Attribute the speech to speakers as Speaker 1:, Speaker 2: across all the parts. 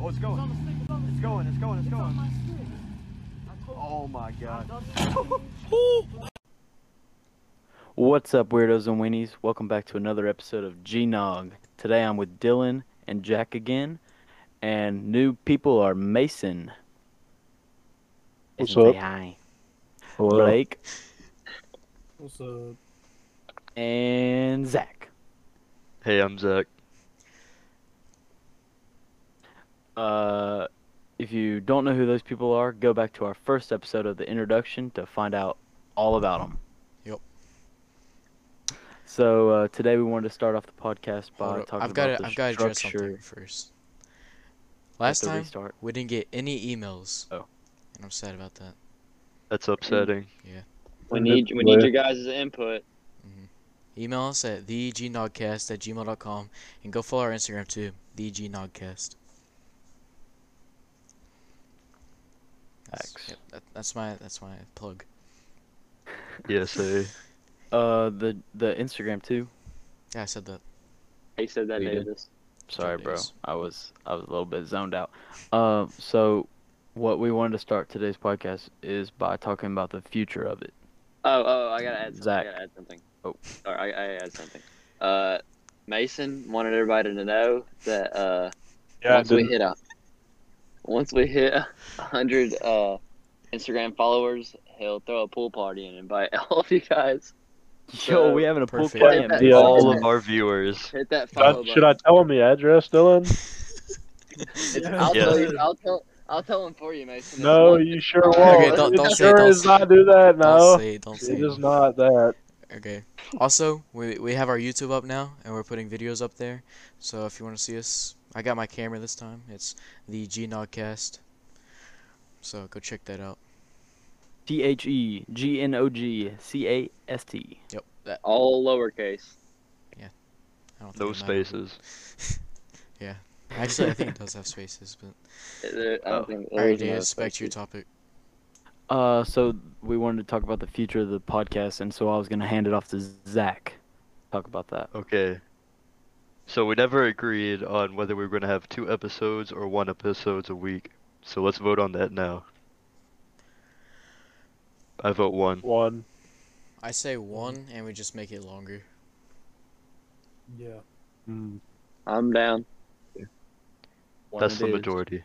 Speaker 1: Oh, it's going.
Speaker 2: on the stick, it's on the
Speaker 1: It's
Speaker 2: stick.
Speaker 1: going, it's going, it's
Speaker 2: It's on
Speaker 1: going.
Speaker 2: my stick. I told you.
Speaker 1: Oh my god.
Speaker 3: What's up, weirdos and weenies? Welcome back to another episode of G Nog. Today I'm with Dylan and Jack again, and new people are Mason.
Speaker 4: What's
Speaker 3: Mason,
Speaker 4: up?
Speaker 3: say hi.
Speaker 4: Hello.
Speaker 3: Blake
Speaker 2: What's up?
Speaker 3: and Zach.
Speaker 5: Hey, I'm Zach.
Speaker 3: Uh, if you don't know who those people are, go back to our first episode of the introduction to find out all about them.
Speaker 6: Yep.
Speaker 3: So uh, today we wanted to start off the podcast
Speaker 6: Hold
Speaker 3: by
Speaker 6: up.
Speaker 3: talking
Speaker 6: I've got
Speaker 3: about
Speaker 6: to,
Speaker 3: the
Speaker 6: I've got to address something
Speaker 3: structure
Speaker 6: first.
Speaker 3: at
Speaker 6: Last
Speaker 3: the
Speaker 6: time
Speaker 3: restart.
Speaker 6: we didn't get any emails.
Speaker 3: Oh.
Speaker 6: And I'm sad about that.
Speaker 5: That's upsetting.
Speaker 7: We need we need your guys' input.
Speaker 6: Email us at thegnogcast at gmail.com and go follow our Instagram too, thegnogcast. That's-
Speaker 3: Facts.
Speaker 6: Yep, that, that's my that's my plug.
Speaker 5: Yes, hey.
Speaker 3: Uh, the the Instagram too.
Speaker 6: Yeah, I said that.
Speaker 7: He said that
Speaker 3: We did.
Speaker 7: Davis.
Speaker 3: Sorry, bro.
Speaker 6: days.
Speaker 3: I was I was a little bit zoned out. Um, so what we wanted to start today's podcast is by talking about the future of it.
Speaker 7: Oh, oh, I gotta add something.
Speaker 3: Zach.
Speaker 7: I gotta add something.
Speaker 3: Oh.
Speaker 7: Sorry, I, I gotta add something. Uh, Mason wanted everybody to know that uh, once we hit a, once we hit a hundred uh, Instagram followers, he'll throw a pool party and invite all of you guys.
Speaker 3: Yo,
Speaker 7: So,
Speaker 3: we having a pool
Speaker 6: perfect.
Speaker 3: party.
Speaker 7: Yeah,
Speaker 3: in
Speaker 4: yeah.
Speaker 5: All
Speaker 3: Boston.
Speaker 5: of our viewers.
Speaker 7: Hit that
Speaker 4: Should I-
Speaker 7: follow
Speaker 4: should I tell him the address, Dylan?
Speaker 7: button. I'll
Speaker 5: Yeah.
Speaker 7: tell you. I'll tell. I'll tell him for you, Mason.
Speaker 4: No,
Speaker 7: It's
Speaker 4: you sure
Speaker 7: Oh,
Speaker 4: won't.
Speaker 7: okay,
Speaker 6: don't-
Speaker 4: it
Speaker 6: don't say-
Speaker 4: sure
Speaker 6: don't
Speaker 4: is
Speaker 6: say-
Speaker 4: not do that.
Speaker 6: Don't
Speaker 4: No,
Speaker 6: say don't say.
Speaker 4: it is not that.
Speaker 6: Okay. Also, we we have our YouTube up now, and we're putting videos up there. So if you want to see us, I got my camera this time. It's the G Nogcast. So go check that out.
Speaker 3: T H E G N O G C A S T.
Speaker 6: Yep. That
Speaker 7: all lowercase.
Speaker 6: I don't think
Speaker 5: No
Speaker 6: it mattered.
Speaker 5: spaces.
Speaker 6: Actually, I think it does have spaces, but
Speaker 7: It- it- I
Speaker 3: Oh.
Speaker 7: don't think.
Speaker 6: I
Speaker 7: there is
Speaker 6: already
Speaker 7: no
Speaker 6: expect your
Speaker 7: spaces.
Speaker 6: topic.
Speaker 3: Uh, so we wanted to talk about the future of the podcast, and so I was gonna hand it off to Zach. Talk about that.
Speaker 5: Okay. So we never agreed on whether we were going to have two episodes or one episodes a week. So let's vote on that now. I vote one.
Speaker 4: One.
Speaker 6: I say one, and we just make it longer.
Speaker 2: Yeah.
Speaker 4: Hmm.
Speaker 7: I'm down.
Speaker 3: One
Speaker 5: That's
Speaker 3: it
Speaker 5: the
Speaker 3: is.
Speaker 5: majority.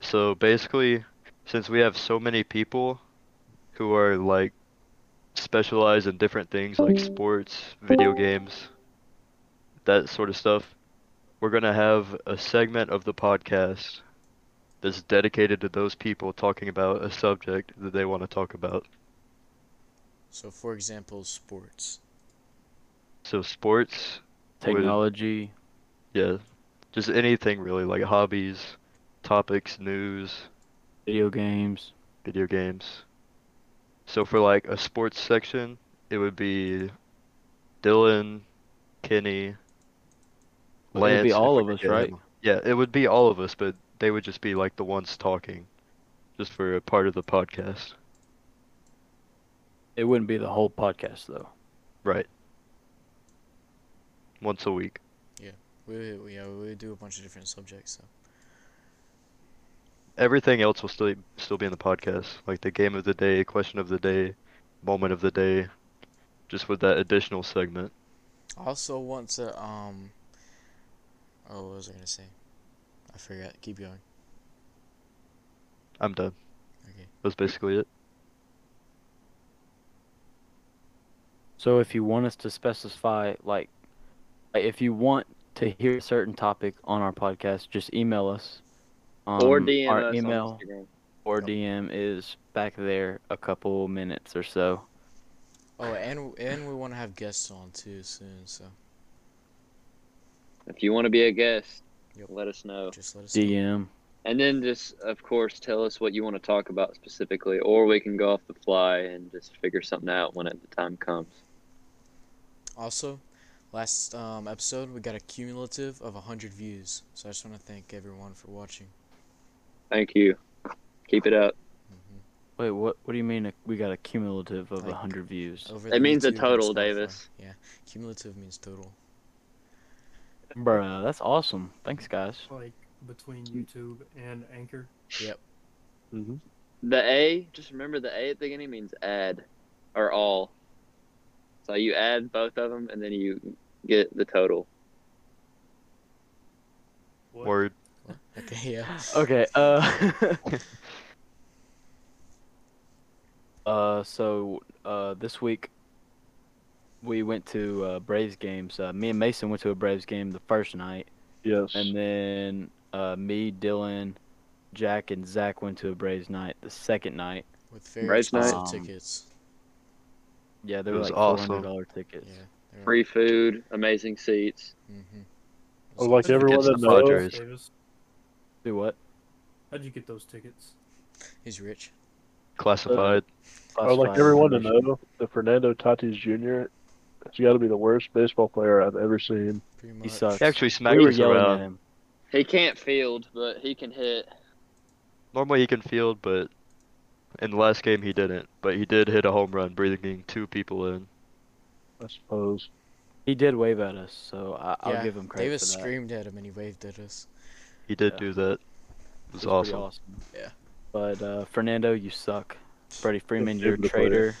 Speaker 5: So basically, since we have so many people who are like specialized in different things like sports, video games, that sort of stuff, we're going to have a segment of the podcast that's dedicated to those people talking about a subject that they want to talk about.
Speaker 6: So, for example, sports.
Speaker 5: So sports,
Speaker 3: Technology.
Speaker 5: yeah, just anything really like hobbies, topics, news,
Speaker 3: Video games.
Speaker 5: video games. So for like a sports section, it would be Dylan, Kenny,
Speaker 3: Well, it'd be
Speaker 5: Lance, if
Speaker 3: all
Speaker 5: we
Speaker 3: of
Speaker 5: could
Speaker 3: us,
Speaker 5: get
Speaker 3: right?
Speaker 5: him. Yeah, it would be all of us, but they would just be like the ones talking, just for a part of the podcast,
Speaker 3: It wouldn't be the whole podcast though.
Speaker 5: right? Once a week.
Speaker 6: We we, yeah, we do a bunch of different subjects. So.
Speaker 5: Everything else will still still be in the podcast, like the game of the day, question of the day, moment of the day, just with that additional segment.
Speaker 6: I also want to um. Oh, what was I gonna say? I forgot. Keep going.
Speaker 5: I'm done.
Speaker 6: Okay.
Speaker 5: That's basically it.
Speaker 3: So if you want us to specify, like, like, if you want to hear a certain topic on our podcast, just email us. Um,
Speaker 7: or DM us
Speaker 3: our
Speaker 7: on
Speaker 3: email
Speaker 7: Instagram.
Speaker 3: or DM is back there a couple minutes or so.
Speaker 6: Oh, and and we want to have guests on too soon. So
Speaker 7: If you want to be a guest,
Speaker 6: Yep.
Speaker 7: let us know.
Speaker 6: just let us. know.
Speaker 3: DM.
Speaker 7: And then just, of course, tell us what you want to talk about specifically, or we can go off the fly and just figure something out when it- the time comes.
Speaker 6: Also, last um, episode we got a cumulative of 100 views. So I just want to thank everyone for watching.
Speaker 7: Thank you. Keep it up.
Speaker 6: hmm
Speaker 3: Wait, what? What do you mean? We got a cumulative of
Speaker 6: Like,
Speaker 3: a hundred views,
Speaker 6: Over
Speaker 7: That means a
Speaker 6: YouTube and
Speaker 7: total,
Speaker 6: Spotify.
Speaker 7: Davis.
Speaker 6: Yeah, cumulative means total.
Speaker 3: Bruh, That's awesome. Thanks, guys.
Speaker 2: Like between YouTube and Anchor.
Speaker 4: Mm-hmm.
Speaker 7: The A, just remember the A at the beginning means add or all. So you add both of them and then you get the total.
Speaker 2: What?
Speaker 5: Word.
Speaker 6: Okay, yeah.
Speaker 3: Okay. Uh. uh. So uh, this week we went to uh, Braves games. Uh, me and Mason went to a Braves game the first night,
Speaker 4: Yes.
Speaker 3: and then uh, me, Dylan, Jack, and Zach went to a Braves night the second night.
Speaker 6: With very
Speaker 7: Right
Speaker 6: expensive
Speaker 3: now-
Speaker 6: tickets.
Speaker 3: Um, Yeah, they
Speaker 5: It
Speaker 3: were
Speaker 5: was
Speaker 3: like four
Speaker 5: awesome.
Speaker 3: hundred dollar tickets.
Speaker 6: Yeah.
Speaker 7: Free food, amazing seats.
Speaker 6: Mm-hmm.
Speaker 4: Oh, like everyone
Speaker 5: Against
Speaker 4: that
Speaker 5: the
Speaker 4: knows.
Speaker 5: Padres.
Speaker 2: Davis,
Speaker 3: Do what?
Speaker 2: how'd you get those tickets?
Speaker 6: He's rich.
Speaker 5: Classified.
Speaker 4: Oh, like
Speaker 3: Classified
Speaker 4: everyone to
Speaker 3: information.
Speaker 4: know that Fernando Tatis Jr. has got to be the worst baseball player I've ever seen.
Speaker 6: Pretty
Speaker 3: He
Speaker 6: much.
Speaker 3: sucks.
Speaker 5: He actually smacked
Speaker 3: Uh, we were
Speaker 5: us
Speaker 3: yelling at
Speaker 5: around.
Speaker 3: him.
Speaker 7: He can't field, but he can hit.
Speaker 5: Normally he can field, but in the last game he didn't. But he did hit a home run, breathing two people in.
Speaker 4: I suppose.
Speaker 3: He did wave at us, so I- I'll
Speaker 6: Yeah,
Speaker 3: give him credit
Speaker 6: Davis
Speaker 3: for that.
Speaker 6: screamed at him and he waved at us.
Speaker 5: He did
Speaker 3: Yeah.
Speaker 5: do that. It was
Speaker 3: It was pretty
Speaker 5: awesome.
Speaker 6: Yeah.
Speaker 3: But uh, Fernando, you suck. Freddie Freeman,
Speaker 4: Good
Speaker 3: you're a
Speaker 4: team to play.
Speaker 3: traitor.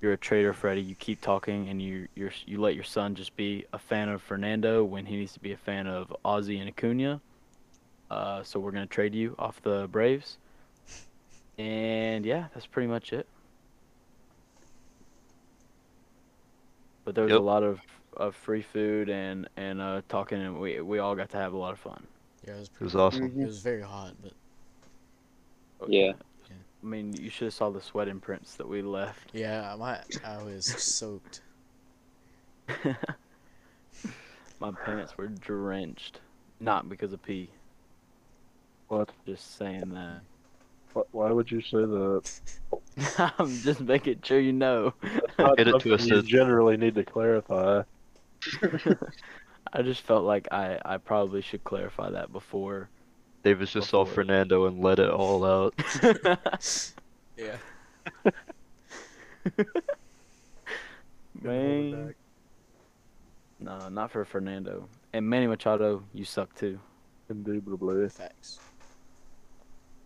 Speaker 3: You're a traitor, Freddie. You keep talking, and you you're, you let your son just be a fan of Fernando when he needs to be a fan of Ozzy and Acuna. Uh, so we're gonna trade you off the Braves. And yeah, that's pretty much it. But there was
Speaker 5: Yep.
Speaker 3: a lot of, of free food and and uh, talking, and we we all got to have a lot of fun.
Speaker 6: Yeah, it was
Speaker 5: It
Speaker 6: pretty.
Speaker 5: was awesome.
Speaker 3: Mm-hmm.
Speaker 6: It was very hot, but
Speaker 3: Oh,
Speaker 7: Yeah.
Speaker 6: Yeah.
Speaker 3: I mean, you should have saw the sweat imprints that we left.
Speaker 6: yeah, my I was soaked.
Speaker 3: My pants were drenched, not because of pee.
Speaker 4: What?
Speaker 3: Just saying that.
Speaker 4: Wh- Why would you say that?
Speaker 3: I'm just making sure you know.
Speaker 4: Not
Speaker 5: Get it
Speaker 4: something You
Speaker 5: twisted.
Speaker 4: generally need to clarify.
Speaker 3: I just felt like I I probably should clarify that before.
Speaker 5: Davis just saw
Speaker 3: Buffalo.
Speaker 5: Fernando and let it all out.
Speaker 6: Yeah.
Speaker 2: Couldn't hold it
Speaker 3: Man.
Speaker 2: back.
Speaker 3: No, not for Fernando. And Manny Machado, you suck too.
Speaker 4: Indubitably.
Speaker 6: Facts.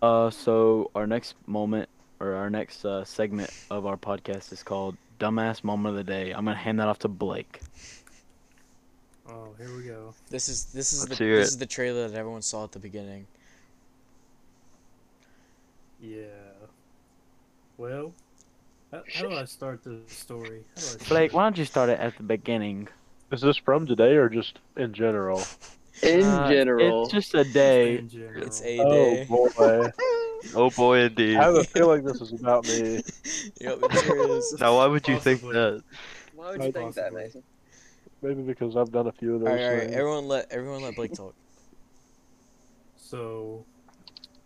Speaker 3: Uh, so our next moment or our next uh, segment of our podcast is called "Dumbass Moment of the Day." I'm gonna hand that off to Blake.
Speaker 2: Oh, here we go.
Speaker 6: This is this is
Speaker 5: Let's
Speaker 6: the
Speaker 5: hear
Speaker 6: this
Speaker 5: it.
Speaker 6: is the trailer that everyone saw at the beginning.
Speaker 2: Yeah. Well, how, how do I start this story? How do I
Speaker 3: Blake,
Speaker 2: start
Speaker 3: why don't you start it at the beginning?
Speaker 4: Is this from today or just in general?
Speaker 7: In
Speaker 3: Uh,
Speaker 7: general,
Speaker 3: it's just a
Speaker 2: this
Speaker 3: day.
Speaker 2: in general?
Speaker 6: It's a
Speaker 4: Oh
Speaker 6: day.
Speaker 4: boy.
Speaker 5: oh boy, indeed.
Speaker 4: I have a feeling this is about me.
Speaker 6: yep, it sure is.
Speaker 5: Now, why would you think
Speaker 2: Possibly.
Speaker 5: that?
Speaker 7: Why would
Speaker 4: you
Speaker 7: you think
Speaker 4: Right,
Speaker 2: think that,
Speaker 7: that,
Speaker 2: possibly.
Speaker 7: Mason?
Speaker 2: Mason?
Speaker 4: Maybe because I've done a few of those
Speaker 6: All right, all right.
Speaker 4: things.
Speaker 6: Everyone let everyone let Blake talk.
Speaker 2: So,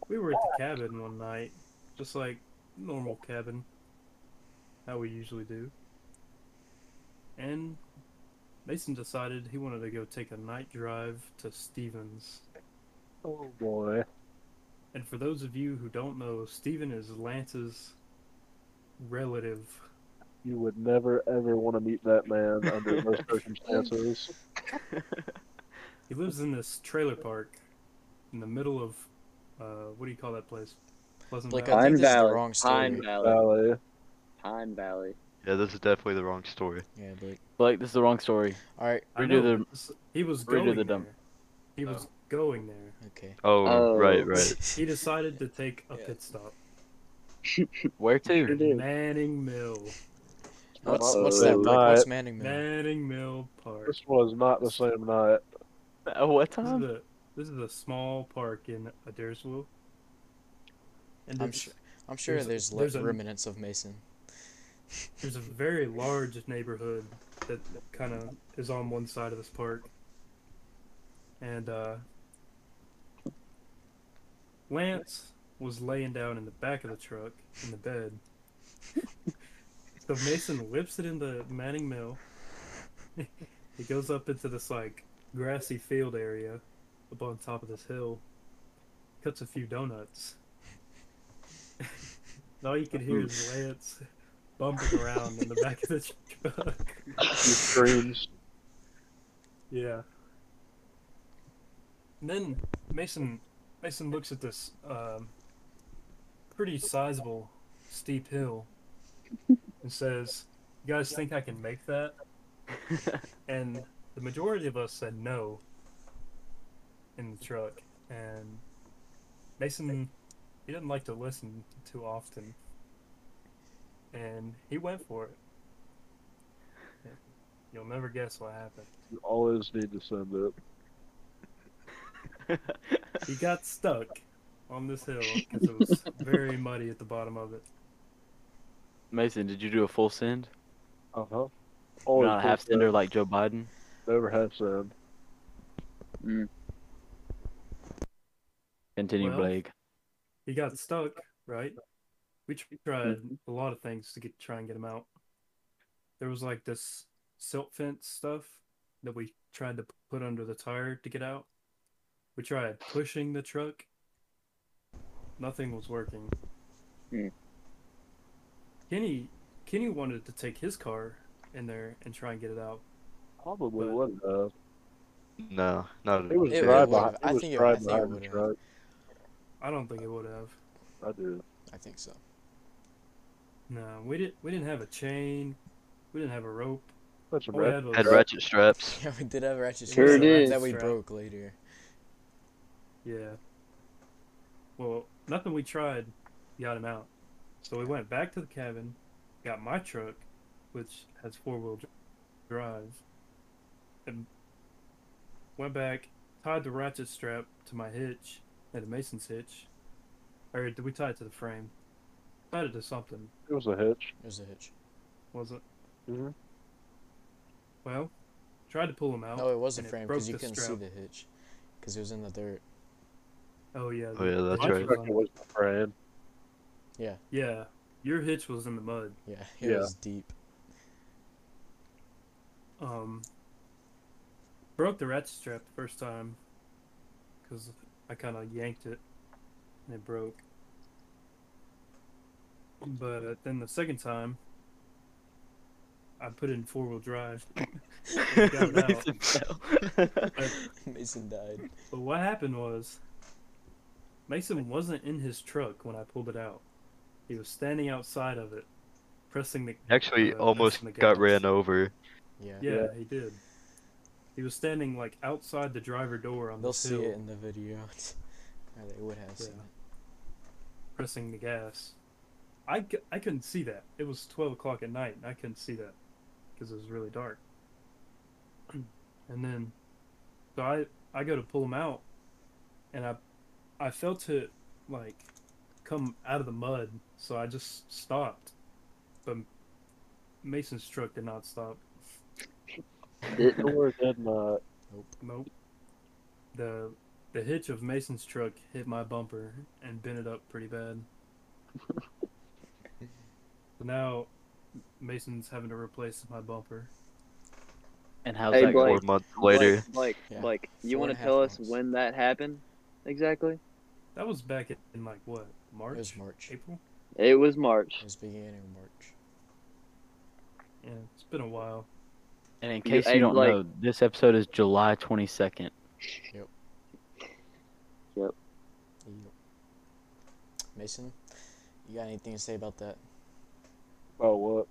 Speaker 2: we were at the cabin one night, just like normal cabin, how we usually do. And Mason decided he wanted to go take a night drive to Stevens.
Speaker 4: Oh boy.
Speaker 2: And for those of you who don't know, Steven is Lance's relative.
Speaker 4: You would never ever want to meet that man under those circumstances.
Speaker 2: He lives in this trailer park in the middle of uh, what do you call that place? Pleasant
Speaker 6: Blake, I
Speaker 2: Valley.
Speaker 6: think
Speaker 7: Pine
Speaker 6: this is the
Speaker 7: Valley.
Speaker 6: wrong
Speaker 7: Pine
Speaker 6: story.
Speaker 7: Valley.
Speaker 4: Valley.
Speaker 7: Pine Valley.
Speaker 5: Yeah, this is definitely the wrong story.
Speaker 6: Yeah, Blake.
Speaker 3: Blake, this is the wrong story.
Speaker 6: All right.
Speaker 2: I
Speaker 3: redo
Speaker 2: know,
Speaker 3: the-
Speaker 2: s- He was
Speaker 3: redo
Speaker 2: going
Speaker 3: the
Speaker 2: there.
Speaker 3: dump.
Speaker 2: He
Speaker 6: Oh.
Speaker 2: was going there.
Speaker 6: Okay.
Speaker 5: Oh,
Speaker 7: Oh.
Speaker 5: right, right.
Speaker 2: He decided to take a
Speaker 6: Yeah.
Speaker 2: pit stop.
Speaker 3: Where to?
Speaker 7: did.
Speaker 2: Manning Mill.
Speaker 6: What's
Speaker 7: Uh,
Speaker 6: what's that? Blake? What's Manning Mill?
Speaker 2: Manning Mill Park. This
Speaker 4: This was not the same night.
Speaker 3: Uh, what
Speaker 2: is
Speaker 3: time?
Speaker 2: a, this is a small park in Adairsville. And
Speaker 6: I'm
Speaker 2: there's,
Speaker 6: sure. I'm sure
Speaker 2: there's a-
Speaker 6: there's,
Speaker 2: there's
Speaker 6: left
Speaker 2: a-
Speaker 6: remnants of Mason.
Speaker 2: there's a very large neighborhood that kind of is on one side of this park. And uh, Lance was laying down in the back of the truck in the bed. so Mason whips it into Manning Mill. he goes up into this like grassy field area up on top of this hill, cuts a few donuts. and all you can hear is Lance bumping around in the back of the truck.
Speaker 4: He screams.
Speaker 2: Yeah. And then Mason Mason looks at this um, pretty sizable steep hill and says, "You guys think I can make that?" and the majority of us said no in the truck. And Mason, he doesn't like to listen too often, and he went for it. You'll never guess what happened.
Speaker 4: You always need to send it.
Speaker 2: He got stuck on this hill because it was very muddy at the bottom of it.
Speaker 3: Mason, did you do a full send?
Speaker 4: Uh huh.
Speaker 3: You're not a half sender like Joe Biden?
Speaker 4: Never have send.
Speaker 3: Continue,
Speaker 2: Well,
Speaker 3: Blake.
Speaker 2: He got stuck, right? We tr- tried a lot of things to get try and get him out. There was like this silt fence stuff that we tried to p- put under the tire to get out. We tried pushing the truck. Nothing was working.
Speaker 7: Hmm.
Speaker 2: Kenny Kenny wanted to take his car in there and try and get it out.
Speaker 4: Probably
Speaker 2: But-
Speaker 4: wouldn't have.
Speaker 5: No, not at
Speaker 4: It was
Speaker 6: It- it
Speaker 4: right
Speaker 6: would've.
Speaker 4: behind.
Speaker 6: I
Speaker 4: It was
Speaker 6: think it- I
Speaker 4: right
Speaker 6: think it
Speaker 4: behind the
Speaker 6: would've.
Speaker 4: truck.
Speaker 2: I don't think it would have.
Speaker 4: I do.
Speaker 6: I think so.
Speaker 2: No, we didn't. We didn't have a chain. We didn't have a rope.
Speaker 4: That's a
Speaker 2: All we
Speaker 4: red.
Speaker 2: had was
Speaker 5: Had ratchet straps.
Speaker 6: Yeah, we did have ratchet
Speaker 7: Sure
Speaker 6: straps
Speaker 7: did.
Speaker 6: that we
Speaker 2: Right.
Speaker 6: broke later.
Speaker 2: Yeah. Well, nothing we tried got him out. So we went back to the cabin, got my truck, which has four wheel drive, and went back, tied the ratchet strap to my hitch, and the Mason's hitch. Or did we tie it to the frame? Tied it to something,
Speaker 4: It was a hitch.
Speaker 6: There's a hitch.
Speaker 2: was it?
Speaker 4: Mhm.
Speaker 2: Well, tried to pull him out.
Speaker 6: No, it was a
Speaker 2: Oh, and
Speaker 6: frame
Speaker 2: broke
Speaker 6: because you
Speaker 2: the
Speaker 6: couldn't see
Speaker 2: strap.
Speaker 6: the hitch because it was in the dirt.
Speaker 2: Oh, yeah.
Speaker 5: Oh, yeah, that's
Speaker 2: hitch
Speaker 5: right.
Speaker 2: was
Speaker 4: Truck
Speaker 2: on-
Speaker 4: was a frame.
Speaker 2: Yeah, your hitch was in the mud.
Speaker 6: Yeah, it
Speaker 4: Yeah.
Speaker 6: was deep.
Speaker 2: um, broke the ratchet strap the first time because I kind of yanked it and it broke. But uh, then the second time, I put it in four wheel drive. got it out.
Speaker 3: Mason fell.
Speaker 6: Mason died.
Speaker 2: But what happened was, Mason wasn't in his truck when I pulled it out. He was standing outside of it, pressing the.
Speaker 5: Actually,
Speaker 2: uh,
Speaker 5: almost
Speaker 2: pressing the
Speaker 5: got
Speaker 2: gas.
Speaker 5: ran over.
Speaker 6: Yeah.
Speaker 2: Yeah,
Speaker 4: Yeah.
Speaker 2: he did. He was standing like outside the driver door on
Speaker 6: They'll
Speaker 2: this
Speaker 6: see
Speaker 2: hill.
Speaker 6: it in the video. or they would have seen
Speaker 2: Yeah.
Speaker 6: it.
Speaker 2: pressing the gas. I, c- I couldn't see that. It was 12 o'clock at night, and I couldn't see that because it was really dark. and then, so I, I go to pull him out, and I, I felt it like come out of the mud, so I just stopped. But Mason's truck did not stop.
Speaker 7: Didn't.
Speaker 4: Or did not.
Speaker 2: Nope. The the hitch of Mason's truck hit my bumper and bent it up pretty bad. so now Mason's having to replace my bumper.
Speaker 3: and how's
Speaker 7: Hey,
Speaker 3: that
Speaker 5: Four
Speaker 7: Blake.
Speaker 3: going?
Speaker 5: months later.
Speaker 7: Blake, Blake,
Speaker 6: Yeah.
Speaker 7: Blake, you
Speaker 6: Four
Speaker 7: want
Speaker 6: and
Speaker 7: to
Speaker 6: a
Speaker 7: tell
Speaker 6: half
Speaker 7: us
Speaker 6: months.
Speaker 7: when that happened exactly?
Speaker 2: That was back in, in like what March,
Speaker 6: It was March.
Speaker 2: April.
Speaker 7: It was March.
Speaker 6: It was beginning of March.
Speaker 2: Yeah, it's been a while.
Speaker 3: And in
Speaker 7: You
Speaker 3: case you,
Speaker 7: ate,
Speaker 3: don't
Speaker 7: like-
Speaker 3: know, this episode is July 22nd.
Speaker 6: Yep. Mason, you got anything to say about that?
Speaker 4: Oh, what?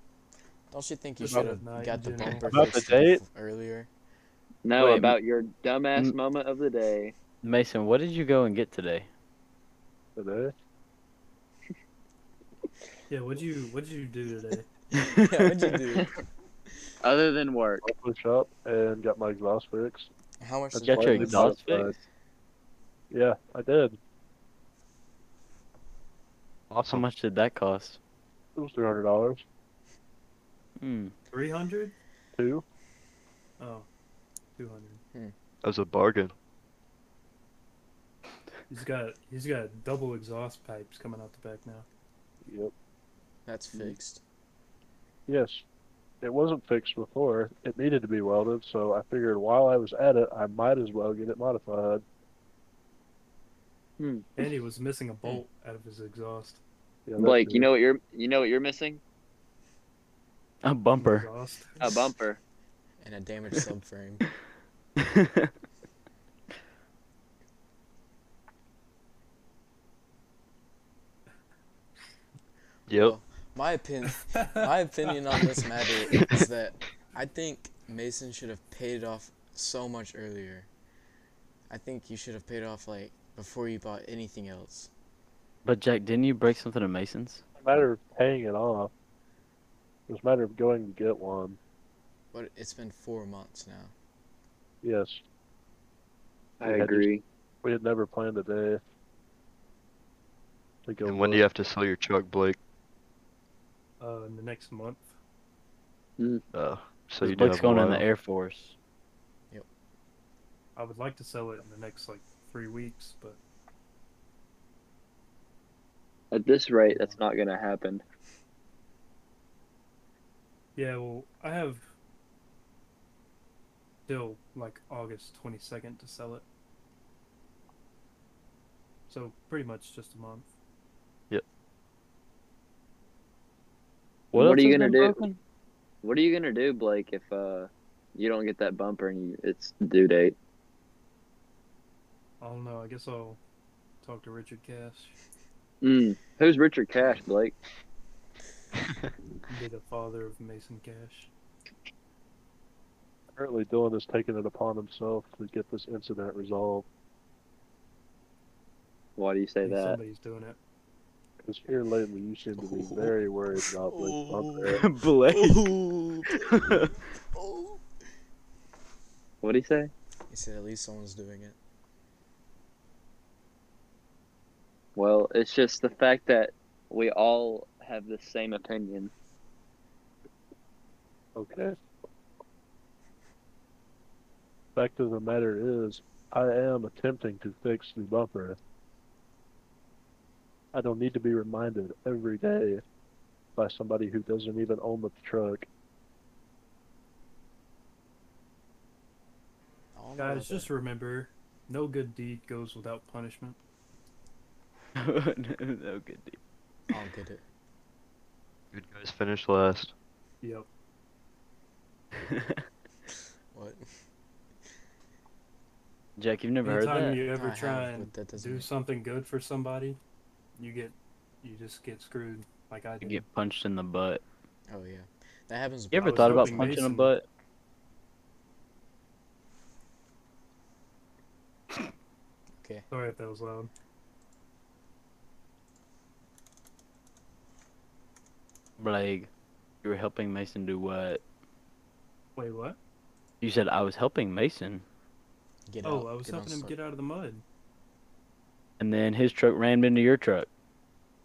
Speaker 6: Don't you think you
Speaker 2: About
Speaker 6: should have
Speaker 2: the night
Speaker 6: got
Speaker 2: in
Speaker 6: the
Speaker 2: general.
Speaker 6: bumper
Speaker 4: About the
Speaker 6: fixed a little
Speaker 4: date?
Speaker 6: f- earlier?
Speaker 7: No,
Speaker 3: Wait,
Speaker 7: about your dumbass
Speaker 3: Mm.
Speaker 7: moment of the day.
Speaker 3: Mason, what did you go and get today?
Speaker 4: Today?
Speaker 2: Yeah, what'd you what'd you do today?
Speaker 6: yeah, what'd you do?
Speaker 7: Other than work,
Speaker 4: I push up and got my exhaust fixed.
Speaker 6: How much
Speaker 4: That's
Speaker 6: does
Speaker 3: Got your
Speaker 4: Slightly
Speaker 3: exhaust
Speaker 4: modified.
Speaker 3: fixed?
Speaker 4: Yeah, I did.
Speaker 3: How
Speaker 5: Awesome.
Speaker 3: much did that cost?
Speaker 4: It was three hundred dollars.
Speaker 3: Hmm.
Speaker 2: Three hundred?
Speaker 4: Two.
Speaker 2: Oh. Two hundred.
Speaker 5: That was a bargain.
Speaker 2: He's got he's got double exhaust pipes coming out the back now.
Speaker 4: Yep.
Speaker 6: That's fixed.
Speaker 4: Yes. It wasn't fixed before. It needed to be welded, so I figured while I was at it, I might as well get it modified.
Speaker 2: And he was missing a bolt out of his exhaust.
Speaker 4: Yeah, that's
Speaker 7: Blake, you
Speaker 4: it.
Speaker 7: know what you're you know what you're missing?
Speaker 3: A bumper.
Speaker 2: Exhaust.
Speaker 7: A bumper.
Speaker 6: And a damaged subframe.
Speaker 5: Yep.
Speaker 6: My opinion, my opinion on this matter is that I think Mason should have paid it off so much earlier. I think you should have paid off like before you bought anything else.
Speaker 3: But Jack, didn't you break something at Mason's?
Speaker 4: It's a matter of paying it off. It's a matter of going to get one.
Speaker 6: But it's been four months now.
Speaker 4: Yes.
Speaker 7: I
Speaker 4: Yeah, just-
Speaker 7: agree.
Speaker 4: We had never planned a day. To go
Speaker 5: And when do you have to sell your truck, Blake?
Speaker 2: uh, in the next month.
Speaker 5: Uh, so
Speaker 3: So
Speaker 5: you do
Speaker 3: Blake's
Speaker 5: have a
Speaker 3: going in the
Speaker 5: while.
Speaker 3: Air Force.
Speaker 2: I would like to sell it in the next like three weeks, but
Speaker 7: At this rate, that's not gonna happen.
Speaker 2: yeah, well, I have till like August twenty second to sell it. So pretty much just a month.
Speaker 7: What
Speaker 3: else
Speaker 7: are you
Speaker 3: has
Speaker 7: gonna
Speaker 3: been
Speaker 7: do?
Speaker 3: broken?
Speaker 7: What are you gonna do, Blake, if uh you don't get that bumper and you, it's due date?
Speaker 2: I don't know. I guess I'll talk to Richard Cash,
Speaker 7: Mm. Who's Richard Cash, Blake?
Speaker 2: be the father of Mason Cash.
Speaker 4: Apparently, Dylan has taken it upon himself to get this incident resolved.
Speaker 7: Why do you say
Speaker 2: Maybe
Speaker 7: that?
Speaker 2: Somebody's doing it.
Speaker 4: Because here lately, you seem to be very worried about Blake's bumper.
Speaker 3: Blake.
Speaker 6: Oh.
Speaker 7: What do you say?
Speaker 6: He said at least someone's doing it.
Speaker 7: Well, it's just the fact that we all have the same opinion.
Speaker 4: Okay. Fact of the matter is, I am attempting to fix the bumper. I don't need to be reminded every day by somebody who doesn't even own the truck.
Speaker 6: I don't know
Speaker 2: Guys,
Speaker 6: about
Speaker 2: just remember, no good deed goes without punishment.
Speaker 3: no good deal.
Speaker 6: that. I don't get it.
Speaker 5: You guys finished last.
Speaker 2: Yep.
Speaker 6: What?
Speaker 3: Jack, you've never heard
Speaker 2: Anytime
Speaker 3: that.
Speaker 2: you
Speaker 6: I
Speaker 2: ever
Speaker 6: have,
Speaker 2: try and
Speaker 6: but that doesn't
Speaker 2: do
Speaker 6: make-
Speaker 2: something good for somebody, you get, you just get screwed. Like I
Speaker 3: You
Speaker 2: did.
Speaker 3: get punched in the butt.
Speaker 6: Oh yeah, that happens.
Speaker 3: You
Speaker 2: I
Speaker 3: ever
Speaker 2: was
Speaker 3: thought about
Speaker 2: hoping
Speaker 3: punching a
Speaker 2: Mason-
Speaker 3: butt?
Speaker 2: Sorry if that was loud.
Speaker 3: Blake, you were helping Mason do what?
Speaker 2: Wait, what?
Speaker 3: You said I was helping Mason,
Speaker 6: Get
Speaker 2: oh,
Speaker 6: out,
Speaker 2: I was
Speaker 6: get on
Speaker 2: helping him
Speaker 6: Star-
Speaker 2: get out of the mud.
Speaker 3: and then his truck rammed into your truck.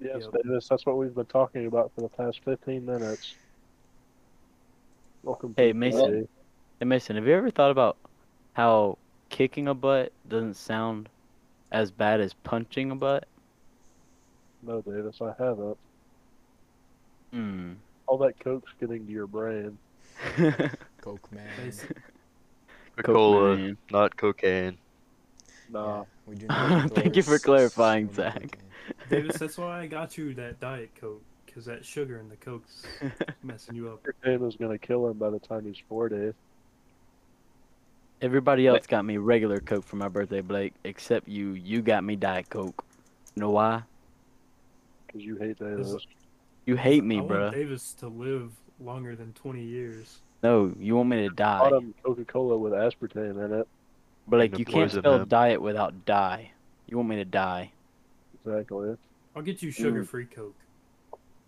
Speaker 4: Yes,
Speaker 2: Yep.
Speaker 4: Davis, that's what we've been talking about for the past 15 minutes. Welcome
Speaker 3: Hey,
Speaker 4: to the
Speaker 3: Mason.
Speaker 4: day.
Speaker 3: Hey Mason, have you ever thought about how kicking a butt doesn't sound as bad as punching a butt?
Speaker 4: No, Davis, I haven't.
Speaker 3: Hmm.
Speaker 4: All that coke's getting to your brain.
Speaker 6: Coke man.
Speaker 2: Mason,
Speaker 5: Coca Cola, not cocaine.
Speaker 4: Nah,
Speaker 6: Yeah, we do not
Speaker 3: Uh, Thank you for
Speaker 6: endorse
Speaker 3: clarifying,
Speaker 6: someone
Speaker 3: Zach.
Speaker 6: drinking.
Speaker 2: Davis, that's why I got you that diet coke, cause that sugar in the coke's messing you up.
Speaker 4: your game is going to kill him by the time he's 40.
Speaker 3: Everybody else got me regular Coke for my birthday, Blake, except you. You got me Diet Coke. You know why?
Speaker 4: Because you hate
Speaker 2: This-
Speaker 4: Davis.
Speaker 3: You hate me,
Speaker 2: I want
Speaker 3: bruh.
Speaker 2: Davis to live longer than twenty years.
Speaker 3: No, you want me to die.
Speaker 4: bottom Coca Cola with aspartame in it.
Speaker 3: Blake,
Speaker 5: Gonna
Speaker 3: you can't
Speaker 5: poison
Speaker 3: spell
Speaker 5: him.
Speaker 3: diet without die. You want me to die.
Speaker 4: Exactly.
Speaker 2: I'll get you sugar-free coke.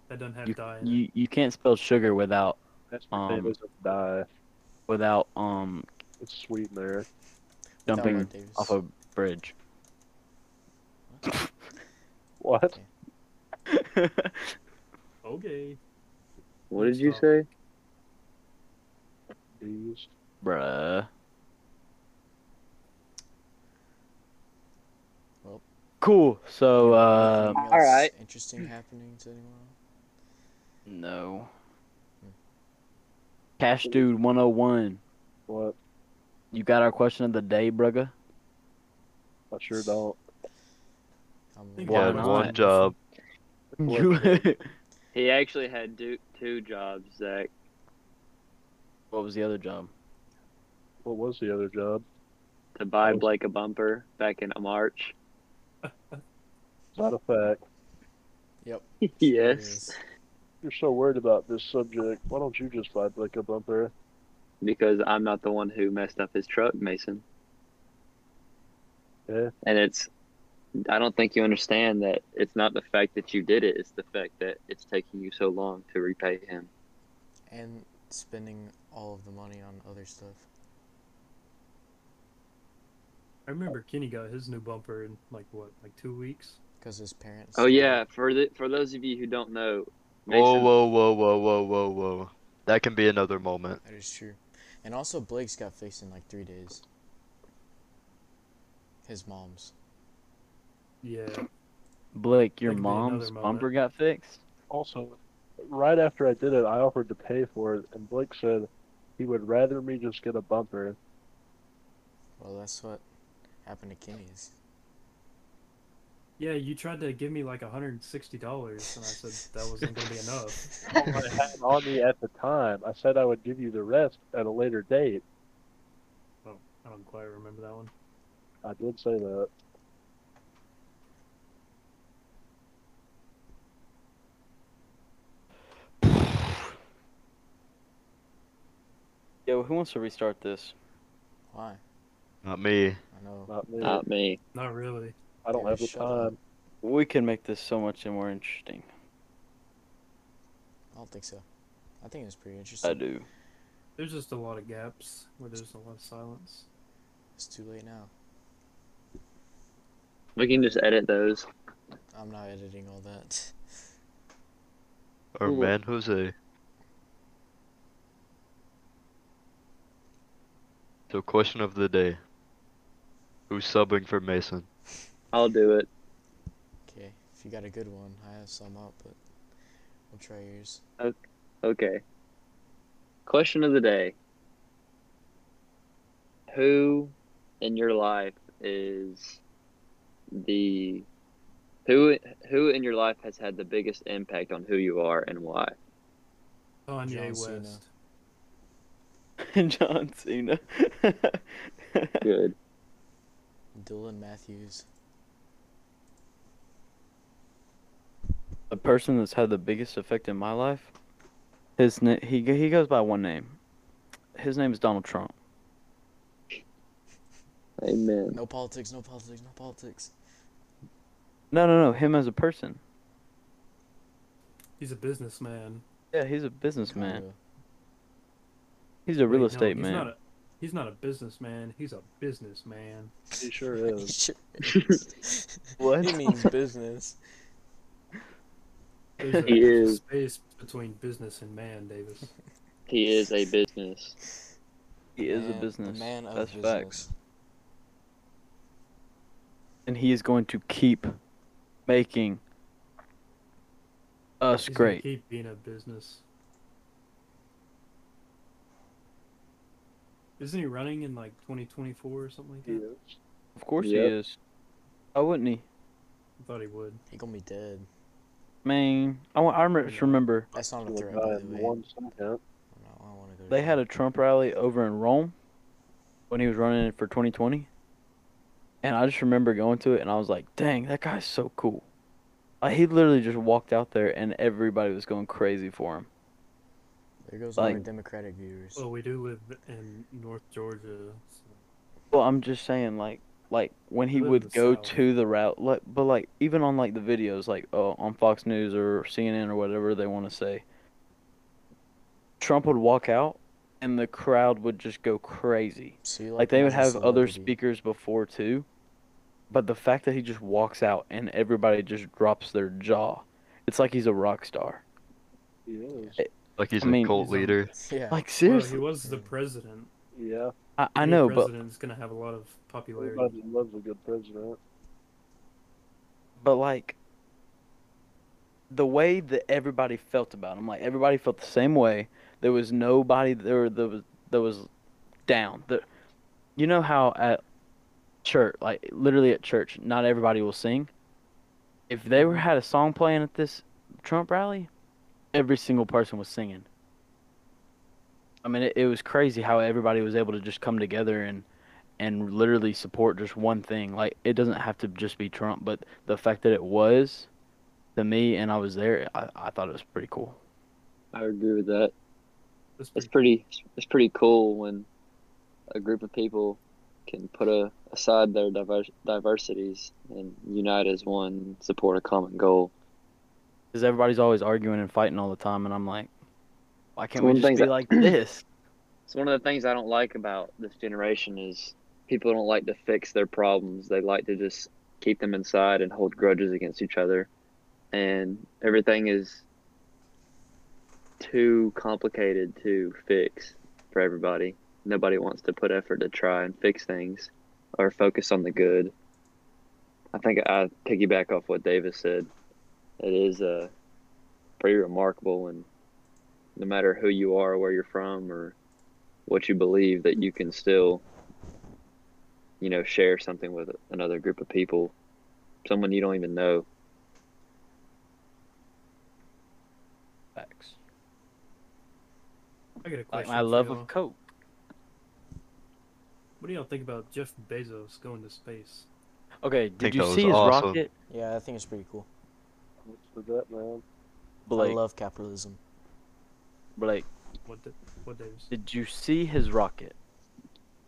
Speaker 2: That doesn't have dye in it.
Speaker 3: You you can't spell sugar without
Speaker 4: Aspartame
Speaker 3: Um,
Speaker 4: doesn't die.
Speaker 3: without um
Speaker 4: It's sweetener.
Speaker 6: Without Mark
Speaker 3: jumping
Speaker 6: Davis.
Speaker 3: off a bridge.
Speaker 4: What?
Speaker 2: Okay.
Speaker 7: What did you
Speaker 2: Stop.
Speaker 7: say?
Speaker 4: Jeez.
Speaker 3: Bruh.
Speaker 6: Well.
Speaker 3: Cool. So, uh,
Speaker 6: Anything else
Speaker 7: Alright.
Speaker 6: Interesting happening to anyone?
Speaker 3: no. Hmm. Cash Dude 101.
Speaker 4: What?
Speaker 3: You got our question of the day, brugga?
Speaker 4: I sure don't.
Speaker 6: I'm
Speaker 2: You
Speaker 5: You
Speaker 3: Why
Speaker 5: had
Speaker 3: not?
Speaker 5: one job.
Speaker 3: You-
Speaker 7: He actually had do- two jobs, Zach.
Speaker 3: what was the other job?
Speaker 4: What was the other job?
Speaker 7: To buy Blake a bumper back in March.
Speaker 4: Is that a fact?
Speaker 6: There it
Speaker 7: yes,
Speaker 6: is.
Speaker 4: You're so worried about this subject. Why don't you just vibe like a bump earth?
Speaker 7: because I'm not the one who messed up his truck, Mason.
Speaker 4: Yeah.
Speaker 7: And it's, I don't think you understand that it's not the fact that you did it; it's the fact that it's taking you so long to repay him.
Speaker 6: And spending all of the money on other stuff.
Speaker 2: I remember Kenny got his new bumper in like what, like two weeks.
Speaker 6: Because his parents.
Speaker 7: Oh yeah, for the for those of you who don't know, Mason,
Speaker 5: Whoa, whoa, whoa, whoa, whoa, whoa, whoa. That can be another moment.
Speaker 6: That is true. And also, Blake's got fixed in like three days. His mom's.
Speaker 2: Yeah,
Speaker 3: Blake, your
Speaker 2: That could be
Speaker 3: mom's
Speaker 2: another moment.
Speaker 3: bumper got fixed.
Speaker 4: Also, right after I did it, I offered to pay for it, and Blake said he would rather me just get a bumper.
Speaker 6: Well, that's what happened to Kenny's.
Speaker 2: yeah. You tried to give me like hundred and sixty dollars, and I said that wasn't gonna be enough.
Speaker 4: All I had on me at the time, I said I would give you the rest at a later date.
Speaker 2: I don't quite remember that one.
Speaker 4: I did say that.
Speaker 3: Yo, who wants to restart this?
Speaker 6: Why?
Speaker 5: Not me.
Speaker 6: I know.
Speaker 4: Not me.
Speaker 3: Uh,
Speaker 7: not uh, me.
Speaker 2: Not really.
Speaker 4: I don't
Speaker 6: dude,
Speaker 4: have the
Speaker 6: shut up.
Speaker 4: time.
Speaker 3: We can make this so much more interesting.
Speaker 6: I don't think so. I think it's pretty interesting.
Speaker 3: I do.
Speaker 2: There's just a lot of gaps where there's a lot of silence.
Speaker 6: It's too late now.
Speaker 7: We can just edit those.
Speaker 6: I'm not editing all that.
Speaker 5: Our
Speaker 7: Who-
Speaker 5: man Jose. So, question of the day Who's subbing for Mason?
Speaker 7: I'll do it.
Speaker 6: Okay. If you got a good one, I have some up, but we'll try yours.
Speaker 7: Okay. Question of the day. Who in your life is the who who in your life has had the biggest impact on who you are and why?
Speaker 2: Kanye
Speaker 6: John
Speaker 2: West.
Speaker 6: Cena.
Speaker 3: John Cena.
Speaker 7: Good.
Speaker 6: Dylan Matthews.
Speaker 3: the person that's had the biggest effect in my life. His na- he g- he goes by one name. His name is Donald Trump.
Speaker 7: Amen.
Speaker 6: No politics, no politics, no politics.
Speaker 3: No, no, no. Him as a person.
Speaker 2: He's a businessman.
Speaker 3: Yeah, he's a businessman.
Speaker 6: Kinda.
Speaker 3: He's a
Speaker 2: Wait,
Speaker 3: real
Speaker 2: no,
Speaker 3: estate
Speaker 2: he's
Speaker 3: man.
Speaker 2: Not a, he's not a businessman. He's a businessman.
Speaker 4: He sure is.
Speaker 6: Sure is.
Speaker 3: What?
Speaker 6: He means business.
Speaker 2: There's a,
Speaker 7: He
Speaker 2: there's a
Speaker 7: is.
Speaker 2: space between business and man, Davis.
Speaker 7: He is a business.
Speaker 3: He is
Speaker 6: Man-
Speaker 3: a
Speaker 6: the
Speaker 3: business.
Speaker 6: man of
Speaker 3: That's
Speaker 6: business.
Speaker 3: facts. And he is going to keep making us
Speaker 2: He's gonna
Speaker 3: great.
Speaker 2: Keep being a business. Isn't he running in like 2024 or something like
Speaker 4: He
Speaker 2: that?
Speaker 4: is.
Speaker 3: Of course
Speaker 7: Yep.
Speaker 3: he is. Why wouldn't he?
Speaker 2: I thought he would.
Speaker 6: He gonna be dead.
Speaker 3: Man, I, wa- I rem- just remember
Speaker 6: That's not a
Speaker 4: He'll
Speaker 6: threat,
Speaker 4: die
Speaker 6: by the
Speaker 4: in
Speaker 6: way.
Speaker 4: one second.
Speaker 6: I'm not- I don't wanna go
Speaker 3: uh, they
Speaker 6: down.
Speaker 3: had a Trump rally over in Rome when he was running for 2020. And I just remember going to it and I was like, dang, that guy's so cool. Like, he literally just walked out there and everybody was going crazy for him.
Speaker 6: There goes all our
Speaker 3: like-
Speaker 6: Democratic viewers.
Speaker 2: Well, we do live in North Georgia. So.
Speaker 3: Well, I'm just saying, like, like when he
Speaker 2: Live in
Speaker 3: would
Speaker 2: the
Speaker 3: go
Speaker 2: South.
Speaker 3: to the route, like, but like even on like the videos, like uh, on Fox News or CNN or whatever they want to say, Trump would walk out, and the crowd would just go crazy.
Speaker 6: So you
Speaker 3: Like they
Speaker 6: him
Speaker 3: would
Speaker 6: as
Speaker 3: have
Speaker 6: a
Speaker 3: other
Speaker 6: celebrity.
Speaker 3: speakers before too, but the fact that he just walks out and everybody just drops their jaw, it's like he's a rock star.
Speaker 4: He is.
Speaker 5: Like, he's
Speaker 3: I mean,
Speaker 5: a cult
Speaker 2: he's on-
Speaker 5: leader.
Speaker 6: Yeah.
Speaker 3: Like
Speaker 2: Well, he
Speaker 3: seriously,
Speaker 2: was the president.
Speaker 4: Yeah.
Speaker 3: I, I
Speaker 2: Any
Speaker 3: know, but
Speaker 2: president's gonna have a lot of popularity.
Speaker 4: Everybody loves a good president.
Speaker 3: but like the way that everybody felt about him like everybody felt the same way there was nobody there that was that was down the, you know how at church like literally at church not everybody will sing if they were had a song playing at this trump rally every single person was singing i mean it, it was crazy how everybody was able to just come together and and literally support just one thing like it doesn't have to just be trump but the fact that it was to me, and I was there. I, I thought it was pretty cool.
Speaker 7: I would agree with that.
Speaker 2: That's
Speaker 7: It's
Speaker 2: pretty,
Speaker 7: pretty it's pretty cool when a group of people can put a, aside their divers, diversities and unite as one, and support a common goal.
Speaker 3: Because everybody's always arguing and fighting all the time, and I'm like, why can't
Speaker 7: one
Speaker 3: we
Speaker 7: of
Speaker 3: just
Speaker 7: the things
Speaker 3: be
Speaker 7: that-
Speaker 3: like this?
Speaker 7: It's one of the things I don't like about this generation is people don't like to fix their problems. They like to just keep them inside and hold grudges against each other. And everything is too complicated to fix for everybody. Nobody wants to put effort to try and fix things or focus on the good. I think I piggyback off what Davis said. It is uh, pretty remarkable when no matter who you are, where you're from, or what you believe that you can still you know share something with another group of people someone you don't even know
Speaker 3: Facts.
Speaker 2: I got a
Speaker 3: Like
Speaker 2: question.
Speaker 3: my
Speaker 2: for
Speaker 3: love
Speaker 2: y'all.
Speaker 3: of Coke.
Speaker 2: What do y'all think about Jeff Bezos going to space?
Speaker 3: Okay, did
Speaker 5: Think
Speaker 3: you
Speaker 5: that was
Speaker 3: see his
Speaker 5: awesome.
Speaker 3: rocket?
Speaker 6: Yeah, I think it's pretty cool.
Speaker 4: What's with that, man?
Speaker 3: Blake,
Speaker 6: I love capitalism.
Speaker 3: Blake,
Speaker 2: What the, what Davis?
Speaker 3: did you see his rocket?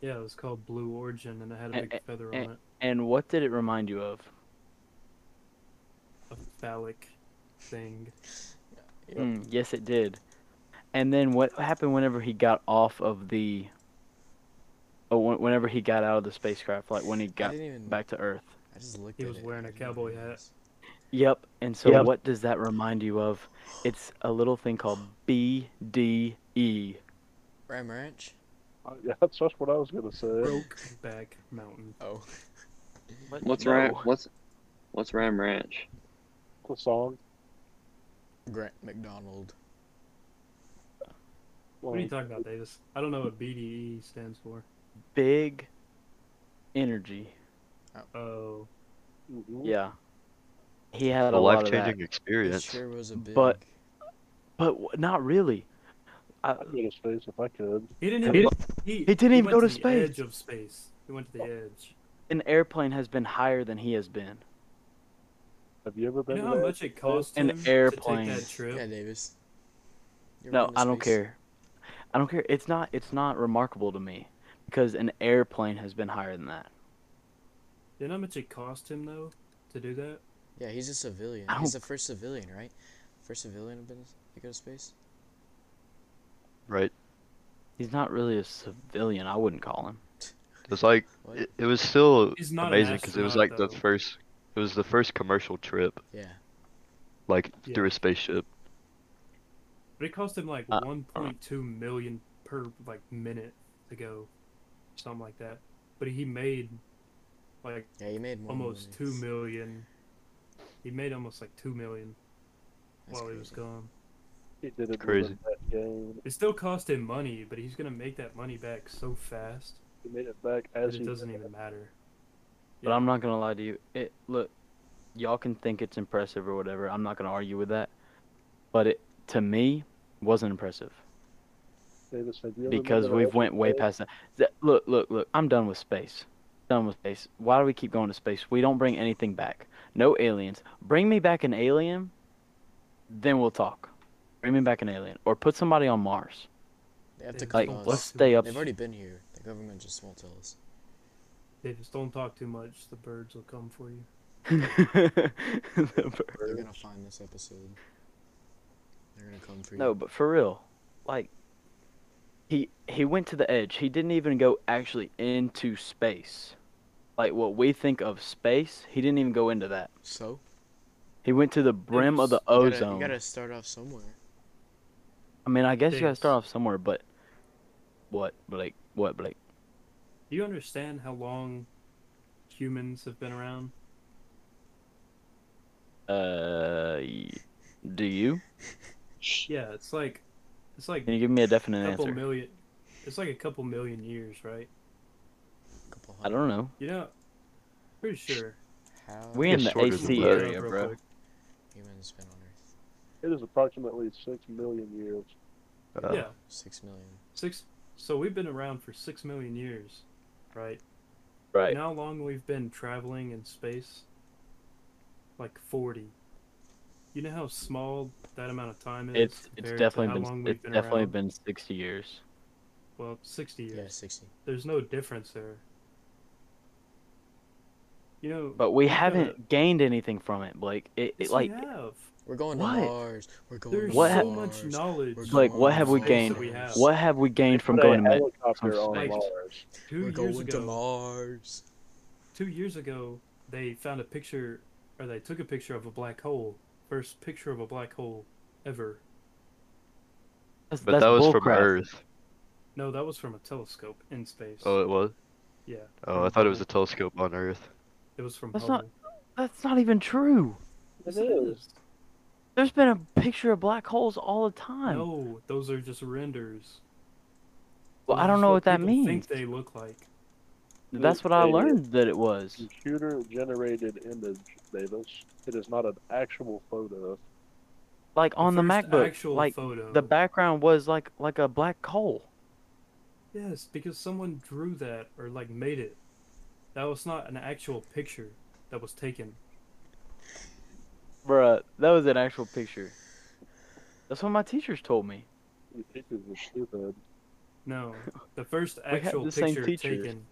Speaker 2: Yeah, it was called Blue Origin, and it had a
Speaker 3: Eh,
Speaker 2: big
Speaker 3: eh,
Speaker 2: feather
Speaker 3: eh.
Speaker 2: on it.
Speaker 3: And what did it remind you of?
Speaker 2: A phallic thing.
Speaker 6: Yep.
Speaker 3: Mm, yes, it did. And then what happened whenever he got off of the? Oh, when- whenever he got out of the spacecraft, like when he got
Speaker 6: didn't even-
Speaker 3: back to Earth.
Speaker 6: I just looked
Speaker 2: He
Speaker 6: at
Speaker 2: was
Speaker 6: it,
Speaker 2: wearing
Speaker 6: I
Speaker 2: a
Speaker 6: didn't even
Speaker 2: cowboy hat.
Speaker 6: notice.
Speaker 3: Yep. And so,
Speaker 4: Yep.
Speaker 3: what does that remind you of? It's a little thing called E. BDE.
Speaker 6: Ram Ranch?
Speaker 4: Uh, yeah, that's just what I was gonna say.
Speaker 2: Broke back mountain.
Speaker 6: Oh.
Speaker 7: what's
Speaker 3: No.
Speaker 7: ram what's what's ram ranch
Speaker 4: The song.
Speaker 6: Grant McDonald.
Speaker 2: What are you
Speaker 4: like,
Speaker 2: talking about, Davis? I don't know what BDE stands for.
Speaker 3: Big energy.
Speaker 2: Oh,
Speaker 4: mhm.
Speaker 3: Yeah. He had
Speaker 5: a
Speaker 3: a lot
Speaker 5: life
Speaker 3: of that.
Speaker 5: changing
Speaker 6: It
Speaker 5: experience.
Speaker 6: sure was a big.
Speaker 3: But- But w- not really. I,
Speaker 4: I'd go to space if I could.
Speaker 2: he didn't
Speaker 3: He
Speaker 2: even. He,
Speaker 3: he didn't even
Speaker 2: went
Speaker 3: go to
Speaker 2: the
Speaker 3: space.
Speaker 2: Edge of space. He went to the edge.
Speaker 3: an airplane has been higher than he has been.
Speaker 4: Have you ever
Speaker 2: You
Speaker 4: been?
Speaker 2: know
Speaker 4: to
Speaker 2: how
Speaker 4: that?
Speaker 2: much it cost
Speaker 3: An
Speaker 2: him
Speaker 3: airplane.
Speaker 2: to take that trip?
Speaker 6: Yeah, Davis. You ever
Speaker 3: No,
Speaker 6: been to
Speaker 3: I don't
Speaker 6: space?
Speaker 3: care. I don't care. It's not. It's not remarkable to me because an airplane has been higher than that.
Speaker 2: You know how much it cost him though to do that?
Speaker 6: Yeah, he's a civilian.
Speaker 3: I
Speaker 6: He's
Speaker 3: don't-
Speaker 6: the first civilian, right? First civilian to been- to go to space?
Speaker 5: Right.
Speaker 3: He's not really a civilian. I wouldn't call him.
Speaker 5: It's like
Speaker 6: What?
Speaker 5: it, it was still
Speaker 2: He's not an
Speaker 5: amazing because it was
Speaker 2: astronaut,
Speaker 5: like the
Speaker 2: though.
Speaker 5: first. It was the first commercial trip,
Speaker 6: Yeah.
Speaker 5: like
Speaker 2: Yeah.
Speaker 5: through a spaceship.
Speaker 2: But it cost him like
Speaker 3: Uh,
Speaker 2: 1.2 million per like minute to go, something like that. But he made like
Speaker 6: Yeah, he made more
Speaker 2: almost two
Speaker 6: money.
Speaker 2: million. He made almost like two million
Speaker 6: That's
Speaker 2: while he was
Speaker 6: crazy.
Speaker 2: gone.
Speaker 4: He did it
Speaker 5: Crazy.
Speaker 4: crazy. That game.
Speaker 2: It still cost him money, but he's gonna make that money back so fast
Speaker 4: He made it back
Speaker 2: that
Speaker 4: as
Speaker 2: it
Speaker 4: he.
Speaker 2: doesn't even matter.
Speaker 3: But I'm not gonna lie to you. It look, y'all can think it's impressive or whatever. I'm not gonna argue with that. But it to me wasn't impressive
Speaker 4: Davis, have you ever been
Speaker 3: because
Speaker 4: to
Speaker 3: we've
Speaker 4: Russia?
Speaker 3: went way past that. That- Look, look, look. I'm done with space. Done with space. Why do we keep going to space? We don't bring anything back. No aliens. Bring me back an alien, then we'll talk. Bring me back an alien, or put somebody on Mars.
Speaker 6: They have to
Speaker 2: Like,
Speaker 6: come
Speaker 3: Like,
Speaker 6: to us.
Speaker 3: let's stay up.
Speaker 6: They've already been here. The government just won't tell us.
Speaker 2: They just don't talk too much. The birds will come for you.
Speaker 3: The bird.
Speaker 6: They're gonna find this episode. They're gonna come for you.
Speaker 3: No, but for real, like he he went to the edge. He didn't even go actually into space. Like what we think of space, he didn't even go into that.
Speaker 6: So
Speaker 3: He went to the brim of the
Speaker 6: You gotta-
Speaker 3: ozone.
Speaker 6: You gotta start off somewhere.
Speaker 3: I mean, I guess you gotta
Speaker 2: Yes.
Speaker 3: start off somewhere, but what, Blake? What, Blake?
Speaker 2: Do you understand how long humans have been around?
Speaker 3: Uh, y- do you?
Speaker 2: Yeah, it's like, it's like
Speaker 3: Can you give me a
Speaker 2: a
Speaker 3: definite
Speaker 2: couple
Speaker 3: answer?
Speaker 2: million. It's like a couple million years, right?
Speaker 6: Couple
Speaker 3: I don't know.
Speaker 2: You know, pretty sure.
Speaker 6: How
Speaker 3: We
Speaker 5: It's
Speaker 3: in the
Speaker 5: shorter than
Speaker 3: AC
Speaker 5: that.
Speaker 3: area,
Speaker 2: Real
Speaker 3: bro.
Speaker 2: quick.
Speaker 6: humans been on Earth?
Speaker 4: It is approximately six million years.
Speaker 5: Uh,
Speaker 2: yeah,
Speaker 6: Six million.
Speaker 2: six. So we've been around for six million years, right? You
Speaker 3: Right.
Speaker 2: know how long we've been traveling in space? Like forty. You know how small that amount of time is.
Speaker 3: It's it's
Speaker 2: compared to how
Speaker 3: definitely
Speaker 2: long
Speaker 3: been
Speaker 2: we've
Speaker 3: it's definitely
Speaker 2: around?
Speaker 3: been sixty years.
Speaker 2: well sixty years.
Speaker 6: Yeah, 60.
Speaker 2: There's no difference there. You know,
Speaker 3: But we
Speaker 2: Yeah.
Speaker 3: haven't gained anything from it, Blake. It,
Speaker 2: yes,
Speaker 3: it like
Speaker 2: we have.
Speaker 6: We're going
Speaker 3: What?
Speaker 6: to Mars. We're going
Speaker 2: There's
Speaker 6: to
Speaker 3: What
Speaker 2: so
Speaker 3: hap-
Speaker 2: much
Speaker 6: Mars.
Speaker 2: knowledge.
Speaker 6: We're
Speaker 3: Blake, what have we
Speaker 6: Mars.
Speaker 3: gained?
Speaker 2: We have.
Speaker 3: what have we gained from
Speaker 4: Put a
Speaker 3: going to Met?
Speaker 4: helicopter on
Speaker 2: space.
Speaker 4: Mars.
Speaker 2: Two
Speaker 6: We're
Speaker 2: years
Speaker 6: going to
Speaker 2: ago,
Speaker 6: Mars.
Speaker 2: two years ago, they found a picture, or they took a picture of a black hole. First picture of a black hole ever.
Speaker 3: That's,
Speaker 5: But
Speaker 3: that's
Speaker 5: that was
Speaker 3: bull
Speaker 5: from
Speaker 3: crap.
Speaker 5: Earth.
Speaker 2: No, that was from a telescope in space.
Speaker 5: Oh, it was.
Speaker 2: yeah,
Speaker 5: Oh, I thought it was a telescope on Earth.
Speaker 2: it was from
Speaker 3: That's
Speaker 2: Hubble.
Speaker 3: not- That's not even true.
Speaker 2: Yes,
Speaker 4: It
Speaker 2: it
Speaker 4: is.
Speaker 2: is.
Speaker 3: There's been a picture of black holes all the time.
Speaker 2: No, those are just renders.
Speaker 3: well, I
Speaker 2: Those
Speaker 3: don't
Speaker 2: are
Speaker 3: know what that
Speaker 2: people
Speaker 3: means.
Speaker 2: Think they look like.
Speaker 3: That's what I
Speaker 4: They-
Speaker 3: learned that it was.
Speaker 4: Computer generated image, Davis. It is not an actual photo.
Speaker 3: Like on the,
Speaker 2: first
Speaker 3: MacBook,
Speaker 2: actual
Speaker 3: like
Speaker 2: photo.
Speaker 3: the background was like like a black hole.
Speaker 2: Yes, because someone drew that or like made it. That was not an actual picture that was taken.
Speaker 3: Bruh, that was an actual picture. That's what my teachers told me.
Speaker 4: Your teachers are stupid.
Speaker 2: No, the first
Speaker 3: had
Speaker 2: actual
Speaker 3: the same
Speaker 2: picture
Speaker 3: teachers.
Speaker 2: taken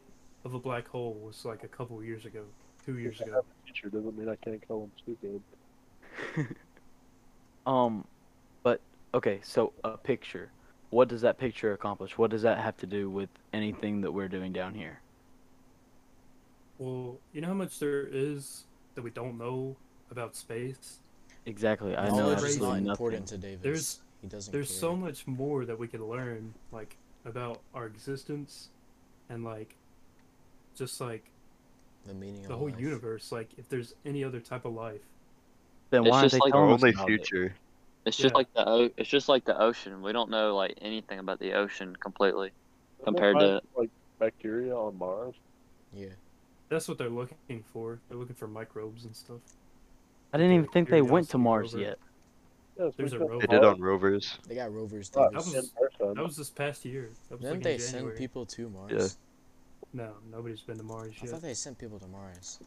Speaker 2: of a black hole was like a couple years ago, two
Speaker 4: If
Speaker 2: years
Speaker 4: I
Speaker 2: ago.
Speaker 4: have a teacher doesn't mean I can't call them stupid.
Speaker 3: Um, but okay, so a picture. What does that picture accomplish? What does that have to do with anything that we're doing down here?
Speaker 2: Well, you know how much there is that we don't know about space.
Speaker 3: Exactly, I know
Speaker 6: Knowledge is
Speaker 3: absolutely
Speaker 6: not
Speaker 3: nothing.
Speaker 6: important to Davis.
Speaker 2: There's-
Speaker 6: he doesn't
Speaker 2: There's
Speaker 6: care.
Speaker 2: so much more that we could learn, like about our existence, and like, just like
Speaker 6: the meaning
Speaker 2: the
Speaker 6: of
Speaker 2: whole
Speaker 6: life.
Speaker 2: universe. Like, if there's any other type of life.
Speaker 3: Then
Speaker 7: It's
Speaker 3: why aren't
Speaker 7: just
Speaker 3: they
Speaker 7: like
Speaker 5: Our
Speaker 3: telling us
Speaker 5: only
Speaker 3: about it?
Speaker 5: future.
Speaker 7: It's just
Speaker 2: Yeah.
Speaker 7: like the o- it's just like the ocean. We don't know like anything about the ocean completely.
Speaker 4: Doesn't it
Speaker 7: Compared
Speaker 4: find, like bacteria on Mars.
Speaker 6: Yeah.
Speaker 2: That's what they're looking for. They're looking for microbes and stuff.
Speaker 3: I didn't even think they went to
Speaker 2: Curiosity
Speaker 3: Mars
Speaker 2: rover.
Speaker 3: yet.
Speaker 4: Yes,
Speaker 2: There's
Speaker 4: we
Speaker 2: a
Speaker 4: sent
Speaker 2: robot.
Speaker 5: They
Speaker 4: Mars
Speaker 5: did on rovers.
Speaker 6: They got rovers,
Speaker 4: not
Speaker 6: Davis.
Speaker 2: was-
Speaker 4: in person.
Speaker 2: That was this past year. That was
Speaker 6: Didn't
Speaker 2: like
Speaker 6: they
Speaker 2: in January.
Speaker 6: send people to Mars?
Speaker 5: Yeah.
Speaker 2: No, nobody's been to Mars
Speaker 6: I
Speaker 2: yet.
Speaker 6: thought they sent people to Mars.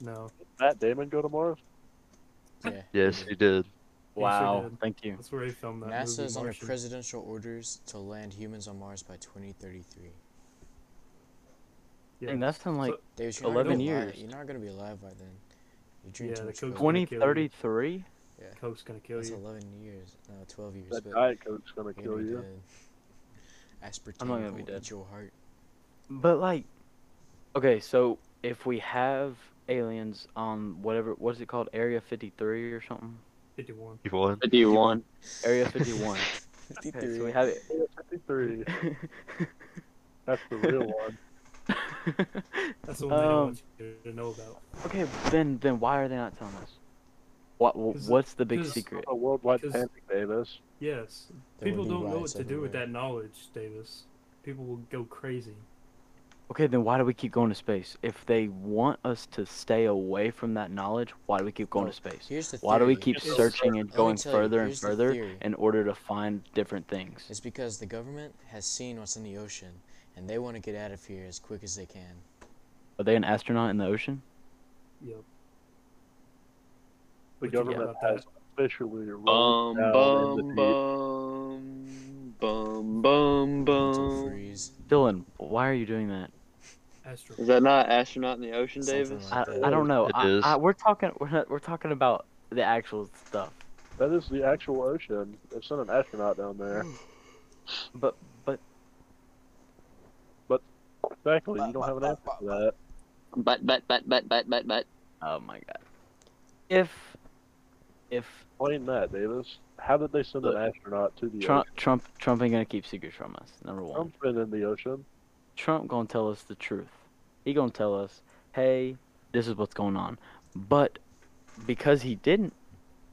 Speaker 2: No.
Speaker 4: Matt Damon go to Mars?
Speaker 6: Yeah.
Speaker 5: Yes, he did.
Speaker 2: sure
Speaker 3: Wow,
Speaker 2: did.
Speaker 3: thank you.
Speaker 2: That's where they filmed that
Speaker 6: NASA
Speaker 2: movie.
Speaker 6: is under
Speaker 2: Martian.
Speaker 6: presidential orders to land humans on Mars by 2033.
Speaker 2: Yeah.
Speaker 3: And that's in like
Speaker 2: So-
Speaker 6: Davis, you're
Speaker 2: 11
Speaker 6: not gonna be alive-
Speaker 3: years.
Speaker 6: You're not gonna be alive by then. You dream
Speaker 2: Yeah,
Speaker 6: too
Speaker 2: the
Speaker 6: much.
Speaker 2: Coke
Speaker 6: about it.
Speaker 2: Twenty-
Speaker 3: 2033.
Speaker 2: Coke's gonna kill
Speaker 6: That's
Speaker 2: you.
Speaker 6: 11 years. No, 12 years.
Speaker 4: That
Speaker 6: but
Speaker 4: diet coke's gonna
Speaker 6: you're
Speaker 4: kill
Speaker 6: gonna be
Speaker 4: you.
Speaker 6: dead. Aspartame
Speaker 3: I'm not gonna be
Speaker 6: will
Speaker 3: dead.
Speaker 6: eat your heart.
Speaker 3: But like, okay, so if we have aliens on whatever, what is it called, Area 53 or something?
Speaker 2: 51.
Speaker 5: He won.
Speaker 7: Fifty one.
Speaker 3: Area 51. okay, so we have it.
Speaker 4: Fifty-three. That's the real one.
Speaker 2: That's the one they don't
Speaker 3: Um,
Speaker 2: want you to know about.
Speaker 3: okay, then then why are they not telling us? What wh-
Speaker 2: 'Cause-
Speaker 3: what's the big
Speaker 2: 'cause- oh,
Speaker 3: secret?
Speaker 4: A worldwide
Speaker 2: Because-
Speaker 4: panic, Davis.
Speaker 2: Yes.
Speaker 6: There
Speaker 2: people
Speaker 6: will be
Speaker 2: don't know what
Speaker 6: riots
Speaker 2: to do with
Speaker 6: everywhere.
Speaker 2: that knowledge, Davis. People will go crazy.
Speaker 3: Okay, then why do we keep going to space? If they want us to stay away from that knowledge, why do we keep going
Speaker 6: No,
Speaker 3: to space?
Speaker 6: Here's Oh, the
Speaker 3: Why do we
Speaker 6: theory.
Speaker 3: keep
Speaker 2: It's-
Speaker 3: searching and
Speaker 6: Let me
Speaker 3: going
Speaker 6: tell you,
Speaker 3: further and
Speaker 6: here's the
Speaker 3: further
Speaker 6: theory.
Speaker 3: in order to find different things?
Speaker 6: It's because the government has seen what's in the ocean, and they want to get out of here as quick as they can.
Speaker 3: Are they an astronaut in the ocean?
Speaker 2: Yep.
Speaker 4: The
Speaker 2: What you got
Speaker 4: government
Speaker 2: about that?
Speaker 4: has officially rolled
Speaker 7: Bum
Speaker 4: down
Speaker 7: bum
Speaker 4: in the deep.
Speaker 7: bum bum bum
Speaker 6: Mental
Speaker 7: bum.
Speaker 6: freeze.
Speaker 3: Dylan, why are you doing that?
Speaker 2: Astro.
Speaker 7: Is that not astronaut in the ocean,
Speaker 6: Something
Speaker 7: Davis?
Speaker 6: like
Speaker 3: I,
Speaker 6: that.
Speaker 3: I don't know.
Speaker 5: It
Speaker 3: I,
Speaker 5: is.
Speaker 3: I, we're talking we're not, we're talking about the actual stuff.
Speaker 4: That is the actual ocean. They sent an astronaut down there.
Speaker 2: Hmm.
Speaker 3: But but
Speaker 4: Exactly. You don't have an answer for that.
Speaker 7: But but but but but but but.
Speaker 3: oh my god. If if
Speaker 4: Explain that, Davis. How did they send an astronaut to the
Speaker 3: Trump Trump Trump ain't gonna keep secrets from us, number
Speaker 4: ocean?
Speaker 3: one.
Speaker 4: Trump's been in the ocean.
Speaker 3: Trump gonna tell us the truth. He gonna tell us, hey, this is what's going on. But because he didn't,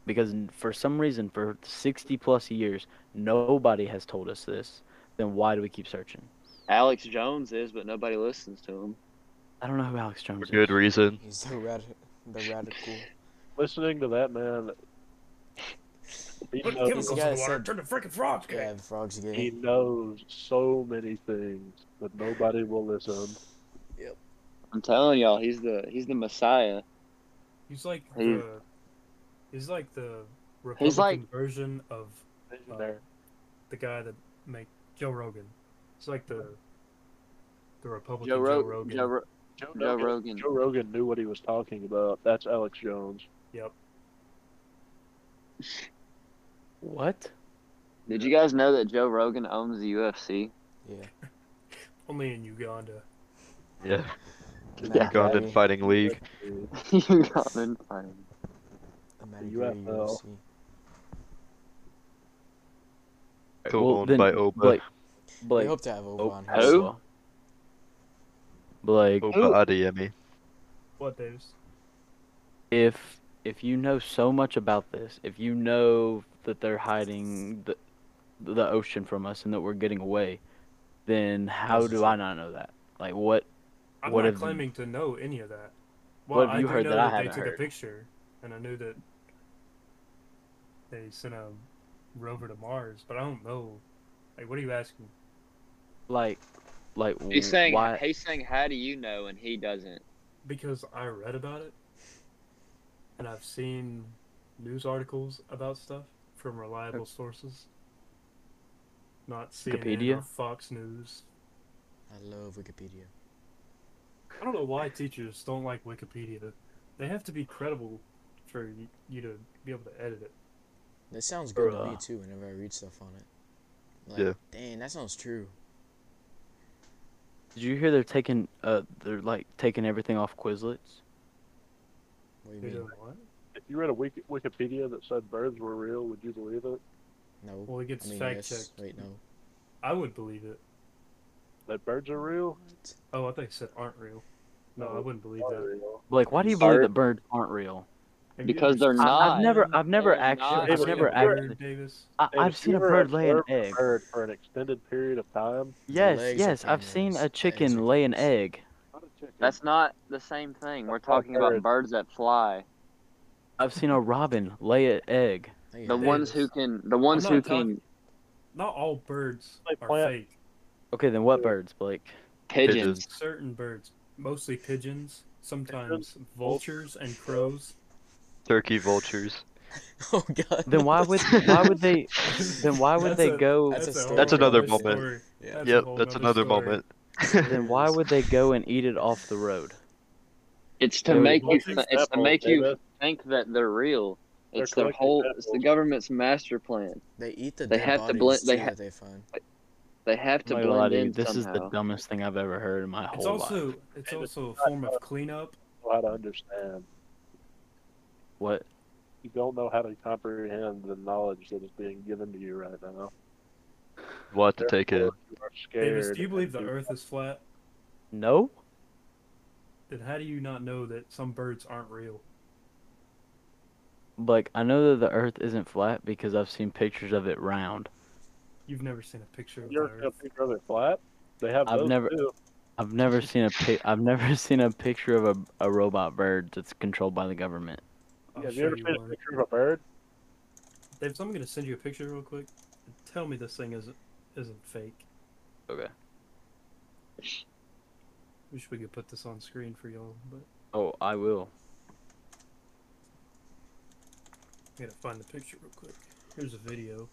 Speaker 3: because n- for some reason for 60 plus years nobody has told us this, then why do we keep searching?
Speaker 7: Alex Jones is, but nobody listens to him.
Speaker 3: I don't know who Alex Jones
Speaker 5: For
Speaker 3: is.
Speaker 5: good reason.
Speaker 6: He's the, rad- the radical.
Speaker 4: Listening to that man. He
Speaker 2: Put
Speaker 4: knows,
Speaker 2: chemicals in
Speaker 6: gotta
Speaker 2: the water.
Speaker 6: send-
Speaker 2: Turn the freaking frogs gay.
Speaker 6: Yeah, the frogs
Speaker 4: he
Speaker 6: again.
Speaker 4: knows so many things, but nobody will listen.
Speaker 7: I'm telling y'all, he's the he's the messiah.
Speaker 2: He's like
Speaker 7: Hey.
Speaker 2: the He's like the Republican
Speaker 7: He's like-
Speaker 2: version of
Speaker 4: Visionary.
Speaker 2: the guy that make Joe Rogan. It's like the the Republican
Speaker 7: Joe,
Speaker 2: Joe,
Speaker 7: Ro-
Speaker 2: Rogan.
Speaker 7: Joe, Ro-
Speaker 4: Joe,
Speaker 7: Joe
Speaker 4: Rogan.
Speaker 7: Rogan.
Speaker 4: Joe Rogan knew what he was talking about. That's Alex Jones.
Speaker 2: yep.
Speaker 3: What?
Speaker 7: Did you guys know that Joe Rogan owns the UFC?
Speaker 6: Yeah.
Speaker 2: Only in Uganda.
Speaker 5: Yeah.
Speaker 6: Yeah.
Speaker 5: Ugandan Fighting League.
Speaker 7: you got in fine.
Speaker 6: Imagine
Speaker 2: uh,
Speaker 4: UFO.
Speaker 2: oh,
Speaker 6: UFC.
Speaker 5: Co
Speaker 3: Well,
Speaker 5: owned
Speaker 3: then,
Speaker 5: by Oba.
Speaker 3: Blake.
Speaker 6: We
Speaker 3: Blake.
Speaker 6: hope to have Oba
Speaker 3: Oh,
Speaker 6: on here.
Speaker 7: Who?
Speaker 6: soon.
Speaker 3: Blake,
Speaker 5: Oba
Speaker 4: Who?
Speaker 5: Adeyemi.
Speaker 2: What Davis?
Speaker 3: if if you know so much about this, if you know that they're hiding the the ocean from us and that we're getting away, then how
Speaker 6: That's
Speaker 3: do
Speaker 6: true.
Speaker 3: I not know that? Like what?
Speaker 2: I'm
Speaker 3: What
Speaker 2: not
Speaker 3: have-
Speaker 2: claiming to know any of that.
Speaker 3: what
Speaker 2: Well,
Speaker 3: have you
Speaker 2: I do
Speaker 3: heard
Speaker 2: know
Speaker 3: that I
Speaker 2: they
Speaker 3: haven't
Speaker 2: took a
Speaker 3: heard?
Speaker 2: picture, and I knew that they sent a rover to Mars, but I don't know. Like, what are you asking?
Speaker 3: Like, like
Speaker 7: He's saying
Speaker 3: why?
Speaker 7: he's saying how do you know and he doesn't.
Speaker 2: Because I read about it, and I've seen news articles about stuff from reliable sources, not CNN or
Speaker 3: Wikipedia?
Speaker 2: Fox News.
Speaker 6: I love Wikipedia.
Speaker 2: I don't know why teachers don't like Wikipedia. They have to be credible for y- you to be able to edit it.
Speaker 6: That sounds good to me
Speaker 3: Bruh.
Speaker 6: too. Whenever I read stuff on it, like,
Speaker 5: Yeah.
Speaker 6: dang, that sounds true.
Speaker 3: Did you hear they're taking uh they're like taking everything off Quizlets?
Speaker 6: What
Speaker 2: You
Speaker 6: do you mean?
Speaker 2: know what?
Speaker 4: If you read a wiki- Wikipedia that said birds were real, would you believe it?
Speaker 6: No.
Speaker 2: Well, it
Speaker 6: I
Speaker 2: gets
Speaker 6: mean,
Speaker 2: fact
Speaker 6: yes.
Speaker 2: checked.
Speaker 6: Wait, no.
Speaker 2: I would believe it.
Speaker 4: That birds are real?
Speaker 2: Oh, I thought you said aren't real. No, I wouldn't believe
Speaker 4: Are
Speaker 2: that.
Speaker 4: real.
Speaker 3: Like why do you believe that birds aren't real?
Speaker 2: Have you
Speaker 7: Because
Speaker 2: ever
Speaker 7: they're
Speaker 2: seen-
Speaker 7: not.
Speaker 3: I, have never I've never
Speaker 7: They're not
Speaker 3: actually
Speaker 2: Have
Speaker 3: I've
Speaker 2: you
Speaker 7: real.
Speaker 3: never
Speaker 2: ever seen a
Speaker 3: actually
Speaker 2: bird, Davis.
Speaker 3: I,
Speaker 4: If
Speaker 3: I've seen a
Speaker 4: you were
Speaker 3: bird lay an
Speaker 4: observed a
Speaker 3: egg.
Speaker 4: Bird for an extended period of time.
Speaker 3: Yes,
Speaker 6: legs are
Speaker 3: yes, I've seen
Speaker 6: cameras.
Speaker 3: a
Speaker 6: Eggs are
Speaker 3: chicken lay an
Speaker 6: cameras.
Speaker 3: egg.
Speaker 4: Not a chicken.
Speaker 7: That's not the same thing. We're
Speaker 4: That's
Speaker 7: talking
Speaker 4: not
Speaker 7: about
Speaker 4: birds.
Speaker 7: birds that fly.
Speaker 3: I've seen a robin lay an egg.
Speaker 6: Hey,
Speaker 7: The
Speaker 6: hey,
Speaker 7: ones
Speaker 2: is.
Speaker 7: who can the ones
Speaker 2: I'm
Speaker 7: who
Speaker 2: not
Speaker 7: can
Speaker 2: Not all birds
Speaker 4: Like
Speaker 2: are
Speaker 4: plant-
Speaker 2: fake.
Speaker 3: Okay, then what birds, Blake?
Speaker 7: pigeons.
Speaker 2: Certain birds, mostly pigeons, sometimes vultures and crows.
Speaker 5: Turkey vultures.
Speaker 6: Oh God.
Speaker 3: Then why would why would they then why would
Speaker 2: That's
Speaker 3: they
Speaker 2: a-
Speaker 3: go
Speaker 6: That's a
Speaker 2: a
Speaker 6: story.
Speaker 2: whole
Speaker 5: That's another
Speaker 2: nother
Speaker 5: moment.
Speaker 2: story.
Speaker 6: Yeah.
Speaker 2: That's a
Speaker 5: yep,
Speaker 2: whole
Speaker 5: that's
Speaker 2: nother
Speaker 5: another
Speaker 2: story.
Speaker 5: moment.
Speaker 3: then why would they go and eat it off the road?
Speaker 7: It's to
Speaker 3: Dude,
Speaker 7: make you
Speaker 2: what's
Speaker 7: th-
Speaker 4: These
Speaker 7: it's to
Speaker 4: apples,
Speaker 7: make you
Speaker 4: David.
Speaker 7: think that they're real.
Speaker 4: They're
Speaker 7: It's their
Speaker 4: collecting
Speaker 7: whole it's the
Speaker 4: apples.
Speaker 7: government's master plan.
Speaker 6: They eat the
Speaker 7: They
Speaker 6: dead
Speaker 7: have to
Speaker 6: bodies
Speaker 7: blend- they
Speaker 6: too
Speaker 7: ha-
Speaker 6: that they find.
Speaker 7: They have to
Speaker 3: I'm not gonna lie
Speaker 7: blend
Speaker 3: to you,
Speaker 7: in
Speaker 3: this is the
Speaker 7: somehow.
Speaker 3: dumbest thing I've ever heard in my whole
Speaker 2: It's also
Speaker 3: life.
Speaker 2: it's also a form of cleanup.
Speaker 4: know how to understand.
Speaker 3: What?
Speaker 4: You don't know how to comprehend the knowledge that is being given to you right now.
Speaker 5: We'll have to take it.
Speaker 4: Therefore, You are scared.
Speaker 2: Davis, do you believe the
Speaker 4: and you-
Speaker 2: Earth is flat?
Speaker 3: No?
Speaker 2: Then how do you not know that some birds aren't real?
Speaker 3: Like I know that the earth isn't flat because I've seen pictures of it round.
Speaker 2: You've never seen a picture of the
Speaker 4: You're gonna
Speaker 2: Earth.
Speaker 4: picture of it flat. They have
Speaker 3: I've
Speaker 4: those
Speaker 3: never-
Speaker 4: too.
Speaker 3: I've never seen a pic- I've never seen a picture of a, a robot bird that's controlled by the government.
Speaker 2: I'll
Speaker 4: Yeah, have you
Speaker 2: show
Speaker 4: ever
Speaker 2: you
Speaker 4: seen a
Speaker 2: one.
Speaker 4: picture of a bird?
Speaker 2: Davis, I'm gonna send you a picture real quick. Tell me this thing isn't isn't fake.
Speaker 3: Okay.
Speaker 2: Wish we could put this on screen for y'all, but
Speaker 3: Oh, I will.
Speaker 2: I gotta find the picture real quick. Here's a video.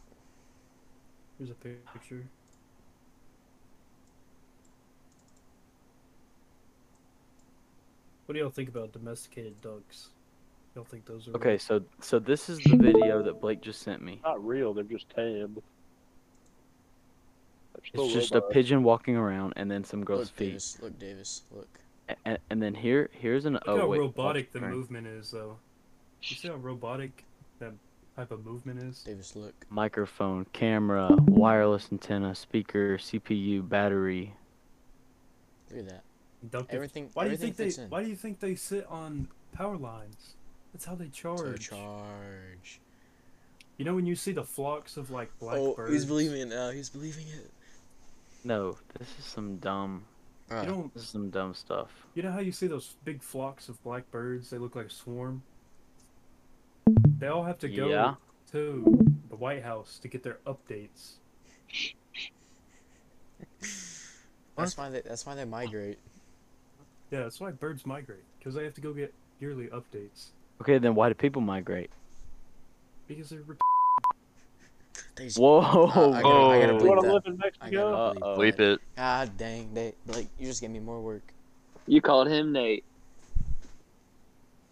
Speaker 2: Here's a pic- picture. What do y'all think about domesticated ducks? Y'all think those are real?
Speaker 3: Okay, so so this is the video that Blake just sent me.
Speaker 4: Not real. They're just tamed. They're still
Speaker 3: It's just a Oh,
Speaker 4: robots.
Speaker 3: pigeon walking around and then some girl's
Speaker 6: Look,
Speaker 3: feet.
Speaker 6: Davis. Look, Davis. Look.
Speaker 3: And, and then here here's an
Speaker 2: Look
Speaker 3: oh
Speaker 2: how
Speaker 3: wait,
Speaker 2: robotic the
Speaker 3: turn.
Speaker 2: movement is, though. You see how robotic that type of movement is?
Speaker 6: Davis, look.
Speaker 3: microphone, camera, wireless antenna, speaker, CPU, battery.
Speaker 6: Look at that.
Speaker 2: Inductive.
Speaker 6: Everything-
Speaker 2: Why do you
Speaker 6: everything
Speaker 2: think they?
Speaker 6: fits in.
Speaker 2: Why do you think they sit on power lines? That's how they charge.
Speaker 6: So charge.
Speaker 2: You know when you see the flocks of like
Speaker 6: oh,
Speaker 2: blackbirds.
Speaker 6: he's believing it now. He's believing it.
Speaker 3: No, this is some dumb.
Speaker 6: Bruh.
Speaker 2: You don't.
Speaker 3: This is some dumb stuff.
Speaker 2: You know how you see those big flocks of blackbirds? They look like a swarm. They all have to go
Speaker 3: Yeah.
Speaker 2: to the White House to get their updates.
Speaker 6: that's why they. That's why they migrate.
Speaker 2: Yeah, that's why birds migrate because they have to go get yearly updates.
Speaker 3: Okay, then why do people migrate?
Speaker 2: Because they're ret-
Speaker 6: They just-
Speaker 3: Whoa.
Speaker 6: Uh, I gotta- I gotta
Speaker 5: Whoa.
Speaker 6: bleep
Speaker 4: Want to
Speaker 6: that.
Speaker 4: live in
Speaker 6: I
Speaker 4: Mexico?
Speaker 6: gotta
Speaker 3: Uh-oh.
Speaker 6: bleep
Speaker 5: Bleep
Speaker 6: that.
Speaker 5: it.
Speaker 6: God dang, they like you just gave me more work.
Speaker 7: You called him Nate.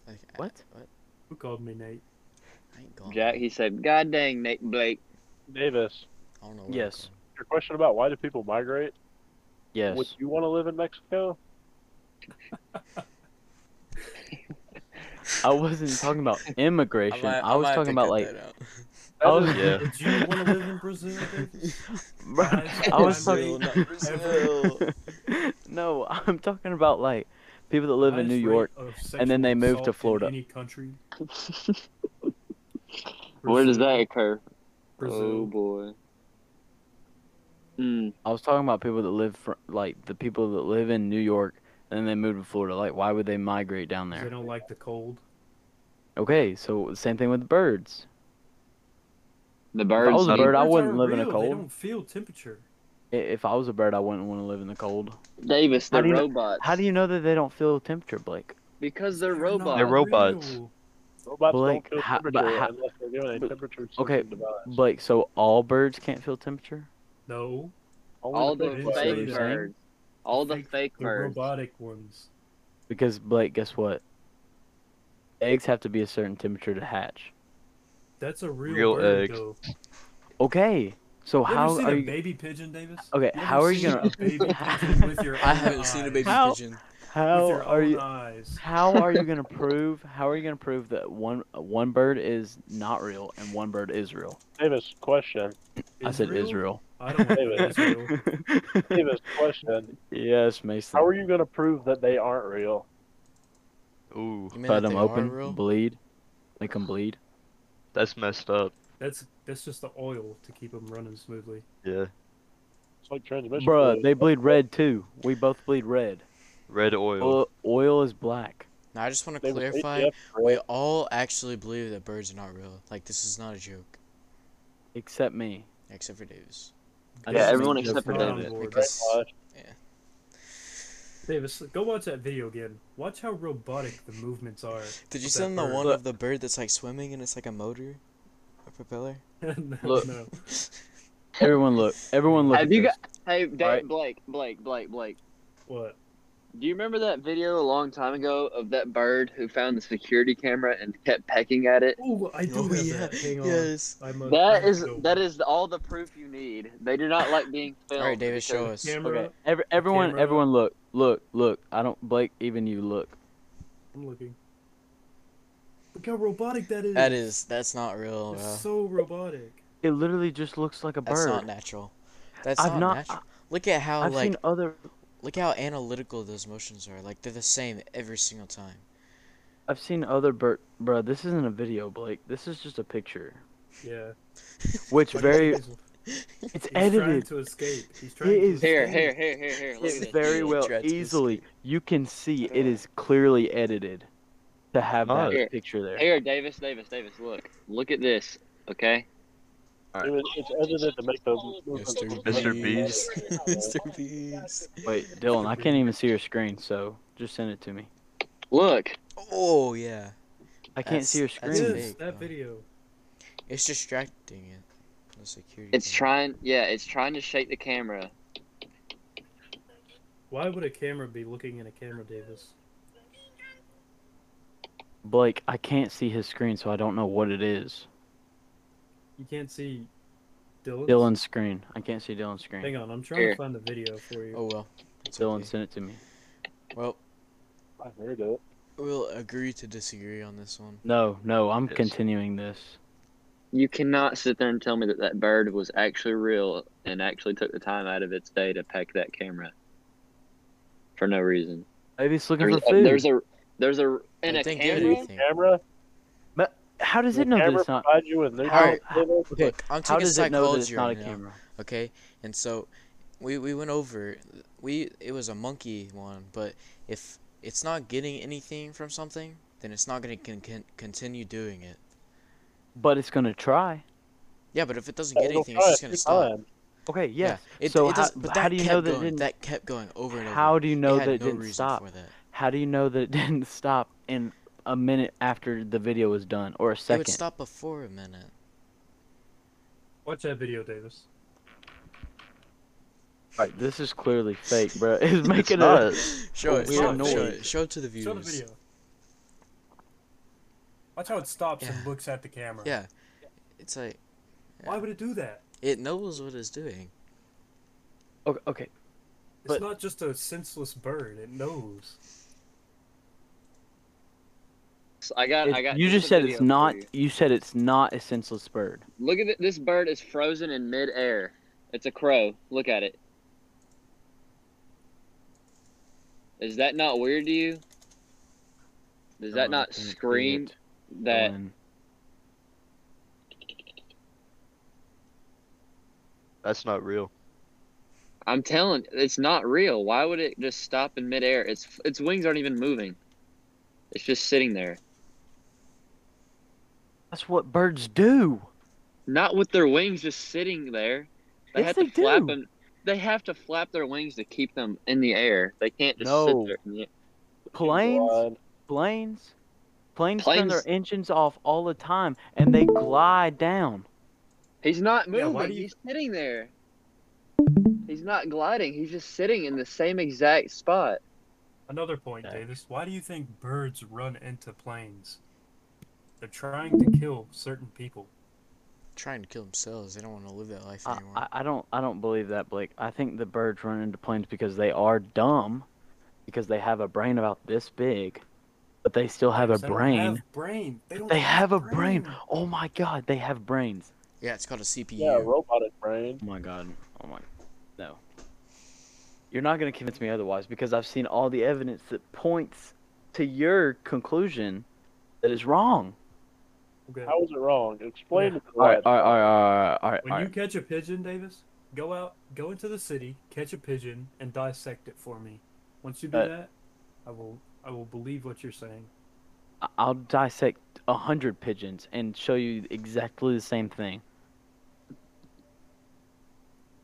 Speaker 6: Like, I-
Speaker 3: What?
Speaker 6: what?
Speaker 2: who called me Nate?
Speaker 6: I ain't gone.
Speaker 7: Jack, he said, God dang, Nate Blake.
Speaker 4: Davis,
Speaker 6: I don't know. I'm
Speaker 3: Yes.
Speaker 4: your question about why do people migrate?
Speaker 3: Yes.
Speaker 4: Would you want to live in Mexico?
Speaker 3: I wasn't talking about
Speaker 6: going.
Speaker 3: immigration.
Speaker 6: might-
Speaker 3: I was
Speaker 6: might
Speaker 3: talking
Speaker 6: pick
Speaker 3: about
Speaker 6: that
Speaker 3: like
Speaker 6: bit out.
Speaker 4: That
Speaker 3: Oh,
Speaker 4: is-
Speaker 5: Yeah.
Speaker 2: Did you want to live in Brazil? David?
Speaker 3: Bro,
Speaker 2: Guys,
Speaker 3: I was
Speaker 2: I'm
Speaker 6: Brazil,
Speaker 3: talking.
Speaker 2: really-
Speaker 6: not Brazil.
Speaker 3: no, I'm talking about like people that live in
Speaker 2: Highest
Speaker 3: New
Speaker 2: rate
Speaker 3: York.
Speaker 2: of
Speaker 3: and then they
Speaker 2: sexual
Speaker 3: moved to
Speaker 2: assault in
Speaker 3: Florida.
Speaker 2: Any country?
Speaker 7: Where does
Speaker 2: Brazil.
Speaker 7: that occur? Oh
Speaker 2: Brazil.
Speaker 7: boy.
Speaker 6: Hmm.
Speaker 7: Mm.
Speaker 3: I was talking about people that live fr like the people that live in New York and then they move to Florida. Like, why would they migrate down
Speaker 2: 'Cause They
Speaker 3: there?
Speaker 2: don't like the cold.
Speaker 3: Okay, so the same thing with birds.
Speaker 7: The
Speaker 3: If I
Speaker 7: birds.
Speaker 3: was a
Speaker 5: not-
Speaker 7: eat-
Speaker 3: bird, I
Speaker 2: Birds
Speaker 3: wouldn't
Speaker 2: aren't
Speaker 3: live in a
Speaker 2: real, They
Speaker 3: cold.
Speaker 2: don't feel temperature.
Speaker 3: I- If I was a bird, I wouldn't want to live in the cold.
Speaker 7: Davis,
Speaker 3: How
Speaker 7: they're
Speaker 3: do you know-
Speaker 7: robots.
Speaker 3: How do you know that they don't feel temperature, Blake?
Speaker 7: Because they're
Speaker 2: They're not
Speaker 7: robots.
Speaker 5: They're robots.
Speaker 2: real.
Speaker 4: Robots
Speaker 3: Blake,
Speaker 4: don't feel
Speaker 3: ha- but
Speaker 4: temperature
Speaker 3: ha-
Speaker 4: unless they're doing a
Speaker 3: but-
Speaker 4: temperature sensing
Speaker 3: okay,
Speaker 4: device.
Speaker 3: Blake, so all birds can't feel temperature?
Speaker 2: No,
Speaker 4: Only
Speaker 7: All
Speaker 4: the
Speaker 7: the
Speaker 2: Is that
Speaker 4: big
Speaker 2: what
Speaker 4: ones.
Speaker 2: you're
Speaker 7: fake
Speaker 3: saying?
Speaker 7: birds. All the
Speaker 2: Fake-
Speaker 7: fake
Speaker 2: the
Speaker 7: birds.
Speaker 2: robotic ones.
Speaker 3: Because Blake, guess what? Eggs have to be a certain temperature to hatch.
Speaker 2: That's a real,
Speaker 5: Real
Speaker 2: bird,
Speaker 5: eggs.
Speaker 2: Though.
Speaker 3: Okay. So
Speaker 2: You
Speaker 3: how
Speaker 2: ever seen
Speaker 3: are
Speaker 2: a
Speaker 3: you
Speaker 2: baby pigeon, Davis?
Speaker 3: Okay,
Speaker 2: You ever
Speaker 3: how are you
Speaker 2: seen
Speaker 3: gonna-
Speaker 2: a baby pigeon with your
Speaker 6: I
Speaker 2: own
Speaker 6: haven't seen a baby
Speaker 2: eyes?
Speaker 3: How-
Speaker 6: pigeon.
Speaker 2: with
Speaker 3: how
Speaker 2: your
Speaker 3: are
Speaker 2: own
Speaker 3: you
Speaker 2: eyes.
Speaker 3: how are you going to prove how are you going to prove that one one bird is not real and one bird is real?
Speaker 4: Davis, question.
Speaker 3: I said Israel.
Speaker 2: I don't know
Speaker 4: Davis.
Speaker 2: Israel.
Speaker 4: Davis, question.
Speaker 3: yes, Mason.
Speaker 4: How are you going to prove that they aren't real?
Speaker 5: Ooh,
Speaker 6: You mean that
Speaker 3: Cut
Speaker 6: they
Speaker 3: them
Speaker 6: are
Speaker 3: open,
Speaker 6: real?
Speaker 3: bleed. Make them bleed.
Speaker 5: that's messed up.
Speaker 2: That's that's just the oil to keep them running smoothly.
Speaker 5: Yeah.
Speaker 4: It's like transmission.
Speaker 3: Bruh,
Speaker 4: fluid.
Speaker 3: they bleed red too. We both bleed red.
Speaker 5: Red oil.
Speaker 3: Oil, oil is black.
Speaker 6: Now I just want to
Speaker 4: Davis,
Speaker 6: clarify.
Speaker 4: ATF real?
Speaker 6: We all actually believe that birds are not real. Like this is not a joke,
Speaker 3: Except me.
Speaker 6: except for Davis.
Speaker 3: I
Speaker 7: Yeah,
Speaker 3: just
Speaker 7: everyone
Speaker 3: made a
Speaker 7: except for
Speaker 3: joke about
Speaker 2: David.
Speaker 3: it.
Speaker 2: Lord.
Speaker 6: Because
Speaker 4: Brainwashed.
Speaker 2: Davis, go watch that video again. Watch how robotic the movements are.
Speaker 6: did you
Speaker 2: That
Speaker 6: send the
Speaker 2: bird.
Speaker 6: one of the bird that's like swimming and it's like a motor, a propeller?
Speaker 2: no,
Speaker 3: Look.
Speaker 2: no.
Speaker 3: Everyone look. Everyone look.
Speaker 7: Have
Speaker 3: at
Speaker 7: you
Speaker 3: this.
Speaker 7: got? Hey, Dave,
Speaker 3: Alright.
Speaker 7: Blake, Blake, Blake, Blake.
Speaker 2: What?
Speaker 7: Do you remember that video a long time ago of that bird who found the security camera and kept pecking at it?
Speaker 2: Oh, I do
Speaker 6: Oh,
Speaker 2: have
Speaker 6: yeah,
Speaker 2: that. Hang on.
Speaker 6: yes.
Speaker 2: I must, I
Speaker 7: That
Speaker 2: have to
Speaker 7: is
Speaker 2: go.
Speaker 7: that is all the proof you need. They do not like being filmed.
Speaker 6: All right, Davis, show
Speaker 7: because-
Speaker 6: us.
Speaker 2: Camera.
Speaker 3: Okay. Every, everyone,
Speaker 2: camera.
Speaker 3: everyone, look, look, look. I don't, Blake. Even you, look.
Speaker 2: I'm looking. Look how robotic that is.
Speaker 6: That is that's not real.
Speaker 2: It's
Speaker 6: bro.
Speaker 2: so robotic.
Speaker 3: It literally just looks like a
Speaker 6: That's
Speaker 3: bird.
Speaker 6: not natural. That's
Speaker 3: I've
Speaker 6: not,
Speaker 3: not- uh,
Speaker 6: natural. Look at how
Speaker 3: I've
Speaker 6: like
Speaker 3: seen other,
Speaker 6: look how analytical those motions are. Like they're the same every single time.
Speaker 3: I've seen other bird, bro. This isn't a video, Blake. This is just a picture,
Speaker 2: Yeah.
Speaker 3: which
Speaker 2: Like,
Speaker 3: very,
Speaker 2: He's,
Speaker 3: it's
Speaker 2: he's trying
Speaker 3: edited.
Speaker 2: to escape. He's trying
Speaker 3: It
Speaker 2: to
Speaker 3: is
Speaker 7: Here,
Speaker 2: escape.
Speaker 7: here, here, here, here. Look at
Speaker 3: It's
Speaker 7: this.
Speaker 3: very well
Speaker 6: Dreads is-
Speaker 3: easily. You can see it is clearly edited to have that
Speaker 7: Here.
Speaker 3: picture there.
Speaker 7: Here, Davis, Davis, Davis. Look, look at this. Okay.
Speaker 4: It was, it's edited to make those movements.
Speaker 5: Mr.
Speaker 6: Beast. Mr. Beast.
Speaker 3: Wait, Dylan, I can't even see your screen, so just send it to me.
Speaker 7: Look.
Speaker 6: Oh yeah.
Speaker 3: I can't see your
Speaker 6: That's- that's
Speaker 2: Yes,
Speaker 3: screen.
Speaker 6: amazing. fake,
Speaker 2: that
Speaker 6: though.
Speaker 2: video.
Speaker 6: It's distracting it. The security.
Speaker 7: It's
Speaker 6: camera.
Speaker 7: trying. Yeah, it's trying to shake the camera.
Speaker 2: Why would a camera be looking in a camera, Davis?
Speaker 3: Blake, I can't see his screen, so I don't know what it is.
Speaker 2: You can't see Dylan.
Speaker 3: Dylan's screen. I can't see Dylan's screen.
Speaker 2: Hang on, I'm trying
Speaker 7: Here.
Speaker 2: to find the video for you.
Speaker 6: Oh well. It's
Speaker 3: Dylan,
Speaker 6: okay.
Speaker 3: send it to me.
Speaker 6: Well,
Speaker 4: I heard it.
Speaker 6: we'll agree to disagree on this one.
Speaker 3: No, no, I'm
Speaker 5: Yes.
Speaker 3: continuing this.
Speaker 7: You cannot sit there and tell me that that bird was actually real and actually took the time out of its day to peck that camera for no reason.
Speaker 3: Maybe it's looking
Speaker 7: There's,
Speaker 3: for food.
Speaker 7: there's a there's a in
Speaker 6: I
Speaker 7: a
Speaker 6: think
Speaker 7: camera.
Speaker 6: everything.
Speaker 4: Camera.
Speaker 3: How does
Speaker 4: the
Speaker 3: it know that
Speaker 4: camera
Speaker 3: it's not?
Speaker 4: provide you with new
Speaker 6: How-
Speaker 4: Okay.
Speaker 6: Look, I'm
Speaker 3: How
Speaker 6: taking
Speaker 3: does it know that it's
Speaker 6: psychology
Speaker 3: not a
Speaker 6: right now.
Speaker 3: camera?
Speaker 6: Okay, and so we we went over. We it was a monkey one, but if it's not getting anything from something, then it's not gonna con- con- continue doing it.
Speaker 3: But it's gonna try.
Speaker 6: Yeah, but if it doesn't get anything, it's just gonna stop.
Speaker 3: Okay, yes.
Speaker 6: It,
Speaker 3: so
Speaker 6: it
Speaker 3: how,
Speaker 6: does, but that
Speaker 3: how do you
Speaker 6: kept
Speaker 3: know that it
Speaker 6: going.
Speaker 3: didn't?
Speaker 6: That kept going over and over.
Speaker 3: how do you
Speaker 6: It
Speaker 3: know
Speaker 6: had
Speaker 3: that it
Speaker 6: no
Speaker 3: didn't
Speaker 6: reason
Speaker 3: stop?
Speaker 6: for that.
Speaker 3: How do you know that it didn't stop and a minute after the video was done, or a
Speaker 6: It would
Speaker 3: second.
Speaker 6: stop before a minute.
Speaker 2: Watch that video, Davis.
Speaker 3: Like, this is clearly fake, bro. It's making a.
Speaker 5: not.
Speaker 6: Show
Speaker 3: Oh,
Speaker 6: it.
Speaker 3: we
Speaker 2: are
Speaker 6: Show it, show
Speaker 2: annoyed.
Speaker 6: it. Show it to the viewers.
Speaker 2: Show the video. Watch how it stops
Speaker 6: Yeah.
Speaker 2: and looks at the camera.
Speaker 6: Yeah. It's like
Speaker 2: Why would it do that?
Speaker 6: it knows what it's doing.
Speaker 3: Okay, okay.
Speaker 2: It's
Speaker 3: But-
Speaker 2: not just a senseless bird. It knows.
Speaker 7: So I got.
Speaker 3: It-
Speaker 7: I got.
Speaker 3: you
Speaker 7: here's
Speaker 3: just
Speaker 7: the
Speaker 3: said it's
Speaker 7: video for
Speaker 3: not.
Speaker 7: you.
Speaker 3: You said it's not a senseless bird.
Speaker 7: Look at it. This bird is frozen in midair. It's a crow. Look at it. Is that not weird to you? Does that
Speaker 3: Um,
Speaker 7: not
Speaker 3: and it-
Speaker 7: scream
Speaker 3: and
Speaker 7: that
Speaker 3: Dylan.
Speaker 5: That's not real.
Speaker 7: I'm telling it's not real. Why would it just stop in midair? Its its wings aren't even moving. It's just sitting there.
Speaker 3: That's what birds do.
Speaker 7: Not with their wings just sitting there. They
Speaker 3: Yes,
Speaker 7: have
Speaker 3: they
Speaker 7: to flap
Speaker 3: do.
Speaker 7: them. They have to flap their wings to keep them in the air. They can't just
Speaker 3: No.
Speaker 7: sit there. in the-
Speaker 3: Planes,
Speaker 4: God.
Speaker 3: planes, planes turn their
Speaker 7: Planes-
Speaker 3: engines off all the time, and they glide down.
Speaker 7: He's not
Speaker 2: Yeah,
Speaker 7: moving.
Speaker 2: why do you-
Speaker 7: He's sitting there. He's not gliding. He's just sitting in the same exact spot.
Speaker 2: Another point,
Speaker 3: Okay.
Speaker 2: Davis. Why do you think birds run into planes? They're trying to kill certain people.
Speaker 6: Trying to kill themselves. They don't want to live that life
Speaker 3: I,
Speaker 6: anymore.
Speaker 3: Uh, I, I don't I don't believe that, Blake. I think the birds run into planes because they are dumb, because they have a brain about this big, but they still have a
Speaker 2: They don't
Speaker 3: brain.
Speaker 2: Have brain. They, don't
Speaker 3: They have a brain. Oh my god, they have brains.
Speaker 6: yeah, it's called a CPU.
Speaker 4: Yeah, robotic brain.
Speaker 3: Oh my god. Oh my. No. You're not going to convince me otherwise because I've seen all the evidence that points to your conclusion that is wrong.
Speaker 2: Okay.
Speaker 4: How is it wrong? Explain
Speaker 2: Yeah.
Speaker 4: it to us.
Speaker 3: all right, all right, all right,
Speaker 2: When you catch a pigeon, Davis, go out, go into the city, catch a pigeon, and dissect it for me. Once you do
Speaker 3: Uh,
Speaker 2: that, I will, I will believe what you're saying.
Speaker 3: I'll dissect a hundred pigeons and show you exactly the same thing.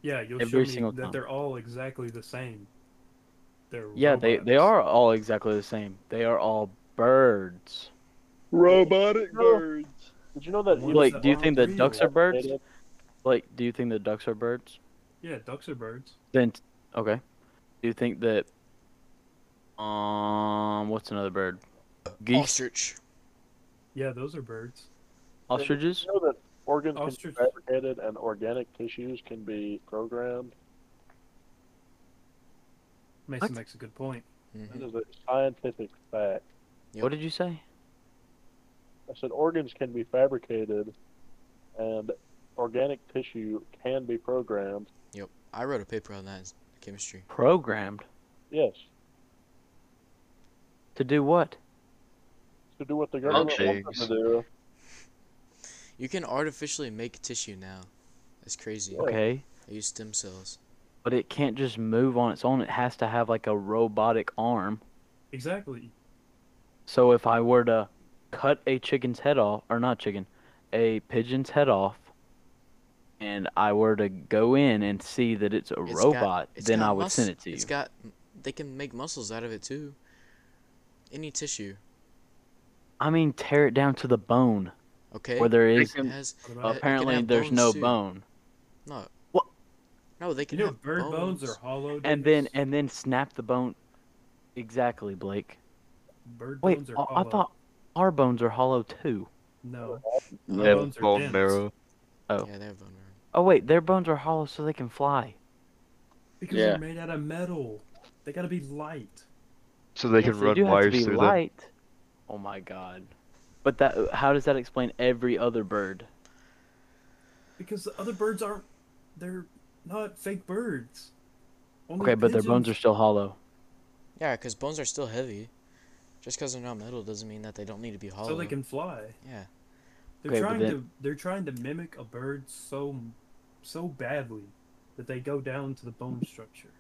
Speaker 2: Yeah, you'll
Speaker 3: Every
Speaker 2: show me
Speaker 3: single
Speaker 2: that
Speaker 3: time.
Speaker 2: they're all exactly the same. They're
Speaker 3: Yeah, they, they
Speaker 2: robots.
Speaker 3: are all exactly the same. They are all birds.
Speaker 5: Robotic
Speaker 4: birds. Did you know that
Speaker 2: What
Speaker 3: Like,
Speaker 2: that
Speaker 3: do you
Speaker 2: wrong
Speaker 3: think the
Speaker 2: with you?
Speaker 3: ducks are birds?
Speaker 4: Dated.
Speaker 3: Like, do you think the ducks are birds?
Speaker 2: Yeah, ducks are birds.
Speaker 3: Then okay. Do you think that um what's another bird? Geese,
Speaker 6: Ostrich.
Speaker 2: Yeah, those are birds.
Speaker 3: ostriches?
Speaker 4: Did you know that organs
Speaker 3: Oh,
Speaker 2: Ostrich.
Speaker 4: can be fabricated and organic tissues can be programmed?
Speaker 2: Mason
Speaker 3: What?
Speaker 2: makes a good point.
Speaker 4: That
Speaker 6: Mhm.
Speaker 4: is a scientific fact.
Speaker 6: Yep.
Speaker 3: What did you say?
Speaker 4: I said organs can be fabricated and organic tissue can be programmed.
Speaker 6: I wrote a paper on that in chemistry.
Speaker 3: Programmed
Speaker 4: Yes.
Speaker 3: to do what?
Speaker 4: To do what the government wants them
Speaker 5: Milkshakes.
Speaker 4: to do.
Speaker 6: You can artificially make tissue now. That's crazy.
Speaker 4: Yeah.
Speaker 3: Okay.
Speaker 6: I use stem cells.
Speaker 3: But it can't just move on its own. It has to have like a robotic arm.
Speaker 2: Exactly.
Speaker 3: So if I were to cut a chicken's head off or not chicken, a pigeon's head off and I were to go in and see that it's a
Speaker 6: It's got-
Speaker 3: robot,
Speaker 6: it's
Speaker 3: then
Speaker 6: got
Speaker 3: I would
Speaker 6: mus-
Speaker 3: send it to you.
Speaker 6: It's got. They can make muscles out of it too. Any tissue.
Speaker 3: I mean tear it down to the bone
Speaker 6: Okay.
Speaker 3: where there
Speaker 5: They
Speaker 3: is
Speaker 5: can-
Speaker 6: It has-
Speaker 2: What
Speaker 3: Well,
Speaker 2: about
Speaker 6: Uh, it can
Speaker 3: apparently
Speaker 6: have
Speaker 3: there's
Speaker 6: bones,
Speaker 3: no
Speaker 6: too.
Speaker 3: bone.
Speaker 6: No.
Speaker 3: What?
Speaker 6: No, they
Speaker 2: you
Speaker 6: can
Speaker 2: know
Speaker 6: have
Speaker 2: bird bones.
Speaker 6: bones.
Speaker 2: are hollow.
Speaker 3: And then
Speaker 2: Davis?
Speaker 3: and then snap the bone. Exactly, Blake.
Speaker 2: bird
Speaker 3: Wait,
Speaker 2: bones are
Speaker 3: I I
Speaker 2: hollow.
Speaker 3: thought our bones are hollow too.
Speaker 2: no.
Speaker 5: They
Speaker 2: Our
Speaker 5: have
Speaker 2: bones are
Speaker 5: bone
Speaker 2: dense.
Speaker 5: marrow.
Speaker 3: though.
Speaker 6: Yeah, they have bone marrow.
Speaker 3: Oh wait, their bones are hollow so they can fly.
Speaker 2: Because
Speaker 7: Yeah.
Speaker 2: they're made out of metal. They gotta be light.
Speaker 5: So they
Speaker 3: Yes,
Speaker 5: can
Speaker 3: do
Speaker 5: run
Speaker 3: have to
Speaker 5: wires
Speaker 3: be
Speaker 5: through them.
Speaker 3: light. Oh my god. But that how does that explain every other bird?
Speaker 2: Because the other birds aren't. They're not fake birds. Only
Speaker 3: Okay, but their bones are
Speaker 2: pigeons-
Speaker 3: still hollow.
Speaker 6: Yeah, because bones are still heavy. Just because they're not metal doesn't mean that they don't need to be hollow.
Speaker 2: So they can fly.
Speaker 6: Yeah.
Speaker 2: They're
Speaker 3: Okay, but
Speaker 2: trying to.
Speaker 3: then-
Speaker 2: They're trying to mimic a bird so, so badly that they go down to the bone structure.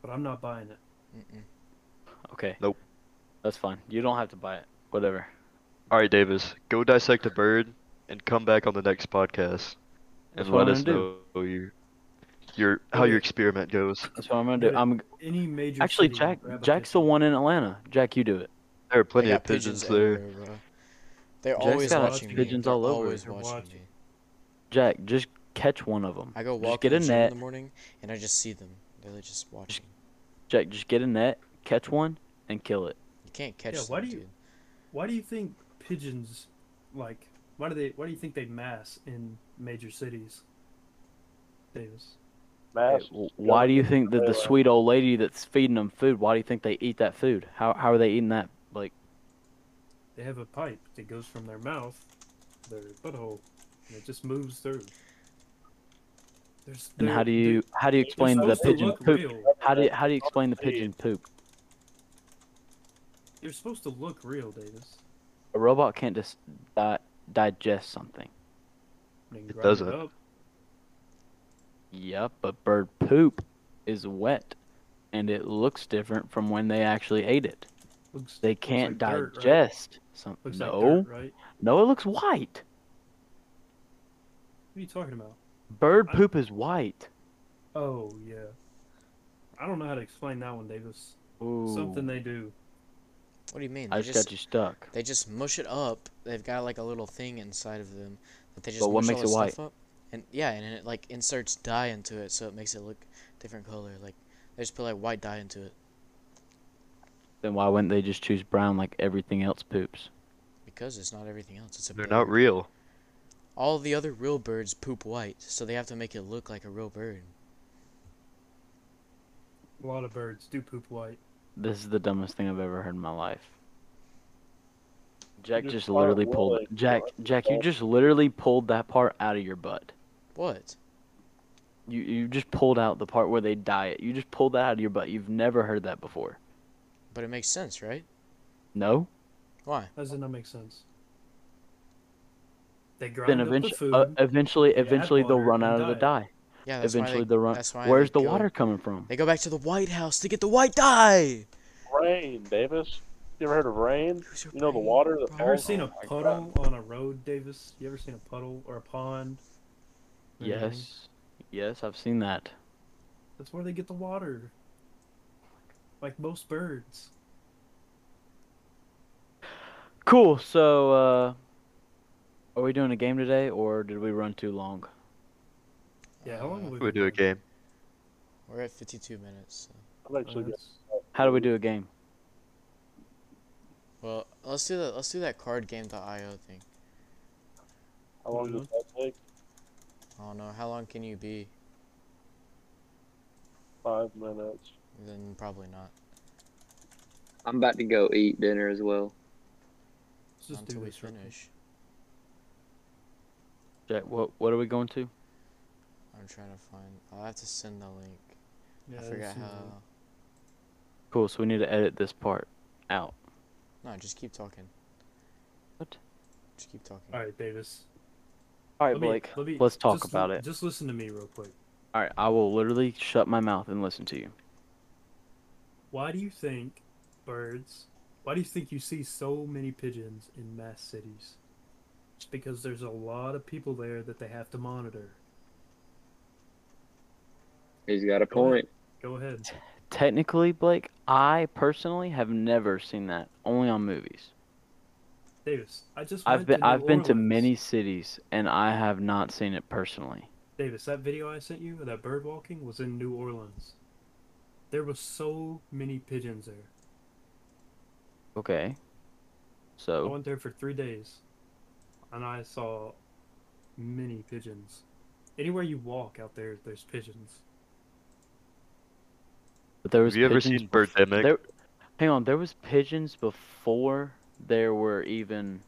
Speaker 2: But I'm not buying it.
Speaker 6: Mm-mm.
Speaker 3: Okay.
Speaker 5: Nope.
Speaker 3: That's fine. You don't have to buy it. Whatever.
Speaker 5: All right, Davis, go dissect a bird and come back on the next podcast and
Speaker 3: That's what
Speaker 5: let
Speaker 3: I'm
Speaker 5: us
Speaker 3: gonna do.
Speaker 5: know your your how your experiment goes.
Speaker 3: That's what I'm gonna do.
Speaker 2: But
Speaker 3: I'm
Speaker 2: Any major.
Speaker 3: actually
Speaker 2: city
Speaker 3: Jack
Speaker 2: would grab a
Speaker 3: Jack's the
Speaker 2: pigeon.
Speaker 3: one in Atlanta. Jack, you do it.
Speaker 5: There are
Speaker 6: They
Speaker 5: plenty
Speaker 6: got
Speaker 5: of pigeons there.
Speaker 6: everywhere, bro. They're
Speaker 3: Jack's
Speaker 6: always
Speaker 3: got
Speaker 6: watching
Speaker 3: pigeons
Speaker 6: me.
Speaker 3: all
Speaker 6: They're
Speaker 3: over.
Speaker 6: Always
Speaker 2: They're
Speaker 6: watching
Speaker 2: watching.
Speaker 6: me.
Speaker 3: Jack, just catch one of them.
Speaker 6: I go
Speaker 3: Just
Speaker 6: walk
Speaker 3: get
Speaker 6: in
Speaker 3: a
Speaker 6: the gym in
Speaker 3: net.
Speaker 6: the morning and I just see them. They're just watching.
Speaker 3: Jack, just get a net, catch one, and kill it.
Speaker 6: You can't catch
Speaker 2: Yeah,
Speaker 6: them,
Speaker 2: why do you-
Speaker 6: dude.
Speaker 2: Why do you think pigeons, like, why do they? Why do you think they mass in major cities? Davis.
Speaker 4: Mass.
Speaker 3: W- Why do you think that the
Speaker 5: Uh,
Speaker 4: Anyway.
Speaker 3: sweet old lady that's feeding them food? Why do you think they eat that food? How how are they eating that? Like
Speaker 2: They have a pipe that goes from their mouth, to their butthole, and it just moves through. There's,
Speaker 3: and
Speaker 2: they're-
Speaker 3: how do you how do you
Speaker 2: they're
Speaker 3: explain the
Speaker 2: supposed to
Speaker 3: pigeon
Speaker 2: look
Speaker 3: poop?
Speaker 2: real.
Speaker 3: How do you, how do you explain the
Speaker 4: Hey.
Speaker 3: pigeon poop?
Speaker 2: They're supposed to look real, Davis.
Speaker 3: A robot can't just di- digest something.
Speaker 2: They can
Speaker 5: It
Speaker 2: grind
Speaker 5: doesn't.
Speaker 2: up.
Speaker 3: Yep, but bird poop is wet, and it looks different from when they actually ate it.
Speaker 2: Looks
Speaker 3: They can't
Speaker 2: like dirt, right?
Speaker 3: digest something.
Speaker 2: looks
Speaker 3: No,
Speaker 2: like dirt, right?
Speaker 3: no, it looks white.
Speaker 2: What are you talking about?
Speaker 3: Bird
Speaker 2: I-
Speaker 3: poop is white.
Speaker 2: Oh yeah. I don't know how to explain that one, Davis.
Speaker 3: Ooh,
Speaker 2: Something they do.
Speaker 6: What do you mean?
Speaker 3: I
Speaker 6: They
Speaker 3: just got
Speaker 6: just,
Speaker 3: you stuck.
Speaker 6: they just mush it up. They've got like a little thing inside of them that they just
Speaker 3: But what
Speaker 6: mush
Speaker 3: makes
Speaker 6: all this
Speaker 3: it
Speaker 6: stuff up. And yeah, and it like inserts dye into it, so it makes it look different color. Like they just put like white dye into it
Speaker 3: Then why wouldn't they just choose brown like everything else poops?
Speaker 6: because it's not everything else. It's a
Speaker 5: They're
Speaker 6: bird.
Speaker 5: not real.
Speaker 6: All the other real birds poop white, so they have to make it look like a real bird.
Speaker 2: A lot of birds do poop white.
Speaker 3: This is the dumbest thing I've ever heard in my life. Jack
Speaker 4: just
Speaker 3: just
Speaker 4: thought it
Speaker 3: literally pulled.
Speaker 4: was,
Speaker 3: Jack,
Speaker 4: but-
Speaker 3: Jack, you just literally pulled that part out of your butt.
Speaker 6: What?
Speaker 3: You you just pulled out the part where they diet. You just pulled that out of your butt. You've never heard that before.
Speaker 6: But it makes sense, right?
Speaker 3: No.
Speaker 6: Why?
Speaker 2: How does that not make sense? They grind
Speaker 3: Then
Speaker 2: up the
Speaker 3: eventually,
Speaker 2: food.
Speaker 3: uh, eventually,
Speaker 2: they add
Speaker 3: eventually they'll
Speaker 2: water
Speaker 3: run
Speaker 2: and
Speaker 3: out of the dye.
Speaker 6: Yeah, that's
Speaker 3: Eventually
Speaker 6: why they,
Speaker 3: they'll run.
Speaker 6: that's why
Speaker 3: Where's
Speaker 6: they
Speaker 3: the
Speaker 6: go-
Speaker 3: water coming from?
Speaker 6: They go back to the White House to get the white dye.
Speaker 4: Rain, Davis. You ever heard of rain?
Speaker 6: Who's your
Speaker 4: You know the
Speaker 6: brain,
Speaker 4: water that
Speaker 6: bro?
Speaker 2: you ever
Speaker 4: falls-
Speaker 2: seen
Speaker 4: Oh
Speaker 2: a
Speaker 4: my
Speaker 2: puddle on a road, Davis? You ever seen a puddle or a pond? Or anything?
Speaker 3: Yes, yes, I've seen that.
Speaker 2: That's where they get the water. Like most birds.
Speaker 3: Cool. So, uh, are we doing a game today, or did we run too long?
Speaker 2: Yeah, how long
Speaker 6: Uh,
Speaker 2: have we
Speaker 5: We
Speaker 2: been
Speaker 5: do a
Speaker 2: going?
Speaker 5: game.
Speaker 6: We're at 52 minutes. So.
Speaker 4: I'm actually
Speaker 2: Uh,
Speaker 4: good.
Speaker 2: that's-
Speaker 3: How do we do a game?
Speaker 6: Well, let's do that. Let's do that card game.io thing.
Speaker 4: How long does that take?
Speaker 6: I don't know how long can you be?
Speaker 4: Five minutes.
Speaker 6: Then probably not
Speaker 7: I'm about to go eat dinner as well.
Speaker 2: let's just
Speaker 6: until
Speaker 2: do
Speaker 6: we
Speaker 2: this real quick.
Speaker 6: finish.
Speaker 3: Jack, what what are we going to?
Speaker 6: I'm trying to find. I'll have to send the link.
Speaker 2: Yeah,
Speaker 6: I
Speaker 2: it's,
Speaker 6: forgot
Speaker 2: uh,
Speaker 6: how.
Speaker 3: Cool. So we need to edit this part out.
Speaker 6: No, just keep talking.
Speaker 3: What?
Speaker 6: Just keep talking.
Speaker 2: All right, Davis.
Speaker 3: All right,
Speaker 2: Let me-
Speaker 3: Blake.
Speaker 2: let me-
Speaker 3: let's talk
Speaker 2: just-
Speaker 3: about it.
Speaker 2: Just listen to me real quick.
Speaker 3: All right, I will literally shut my mouth and listen to you.
Speaker 2: Why do you think birds? Why do you think you see so many pigeons in mass cities? It's because there's a lot of people there that they have to monitor.
Speaker 7: He's got a
Speaker 2: Go ahead.
Speaker 7: point.
Speaker 2: Go ahead.
Speaker 3: Technically, Blake, I personally have never seen that. Only on movies.
Speaker 2: Davis, I just went
Speaker 3: I've been
Speaker 2: to New
Speaker 3: I've been to
Speaker 2: Orleans.
Speaker 3: many cities and I have not seen it personally.
Speaker 2: Davis, that video I sent you of that bird walking was in New Orleans. There was so many pigeons there. I
Speaker 3: Okay. So
Speaker 2: went there for three days, and I saw many pigeons. Anywhere you walk out there, there's pigeons.
Speaker 3: but there was
Speaker 5: Have you ever
Speaker 3: pigeons
Speaker 5: seen
Speaker 3: bef-
Speaker 5: Birdemic?
Speaker 3: there- hang on, there was pigeons before there were even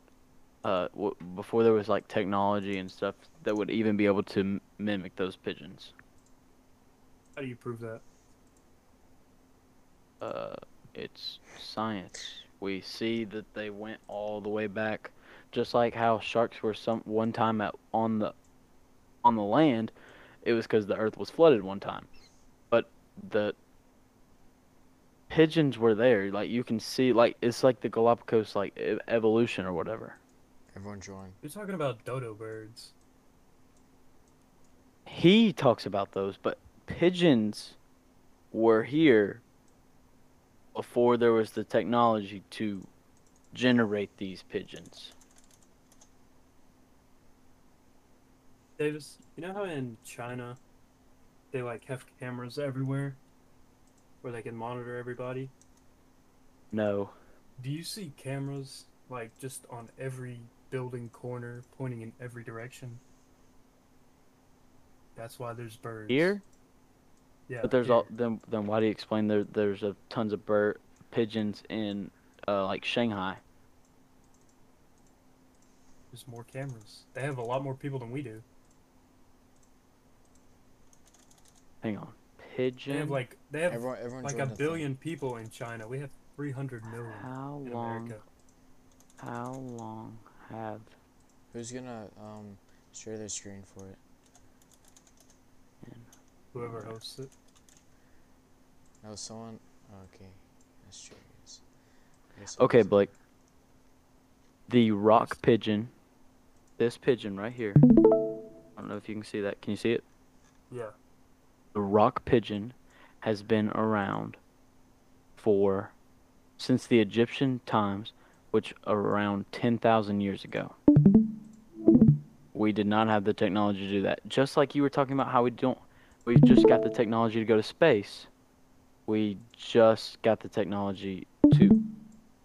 Speaker 3: uh w- before there was like technology and stuff that would even be able to m- mimic those pigeons.
Speaker 2: How do you prove that?
Speaker 3: uh, it's science. We see that they went all the way back, just like how sharks were some one time at, on the on the land. It was because the earth was flooded one time, but the pigeons were there. Like you can see, like it's like the Galapagos like e- evolution or whatever.
Speaker 6: Everyone join.
Speaker 2: You're talking about dodo birds.
Speaker 3: He talks about those, but pigeons were here before there was the technology to generate these pigeons.
Speaker 2: Davis, you know how in China they like have cameras everywhere where they can monitor everybody?
Speaker 3: No.
Speaker 2: Do you see cameras like just on every building corner pointing in every direction? That's why there's birds.
Speaker 3: Here?
Speaker 2: Yeah.
Speaker 3: But there's
Speaker 2: here.
Speaker 3: all then then why do you explain there there's a tons of bird pigeons in uh, like Shanghai?
Speaker 2: there's more cameras. They have a lot more people than we do.
Speaker 3: Hang on.
Speaker 2: They have
Speaker 3: Pigeon
Speaker 2: like they have
Speaker 6: Everyone, everyone
Speaker 2: like a
Speaker 6: joined the thing.
Speaker 2: billion people in China. We have 300 million
Speaker 3: how
Speaker 2: in
Speaker 3: long
Speaker 2: America.
Speaker 3: how long have
Speaker 6: Who's gonna um share their screen for it?
Speaker 2: Whoever hosts it.
Speaker 6: No, someone. Okay, that's true. I guess. I guess
Speaker 3: Okay,
Speaker 6: someone's-
Speaker 3: Blake. The rock pigeon. This pigeon right here. I don't know if you can see that. Can you see it?
Speaker 2: Yeah.
Speaker 3: The rock pigeon has been around for since the Egyptian times, which around 10,000 years ago. We did not have the technology to do that. Just like you were talking about how we don't we just got the technology to go to space. We just got the technology to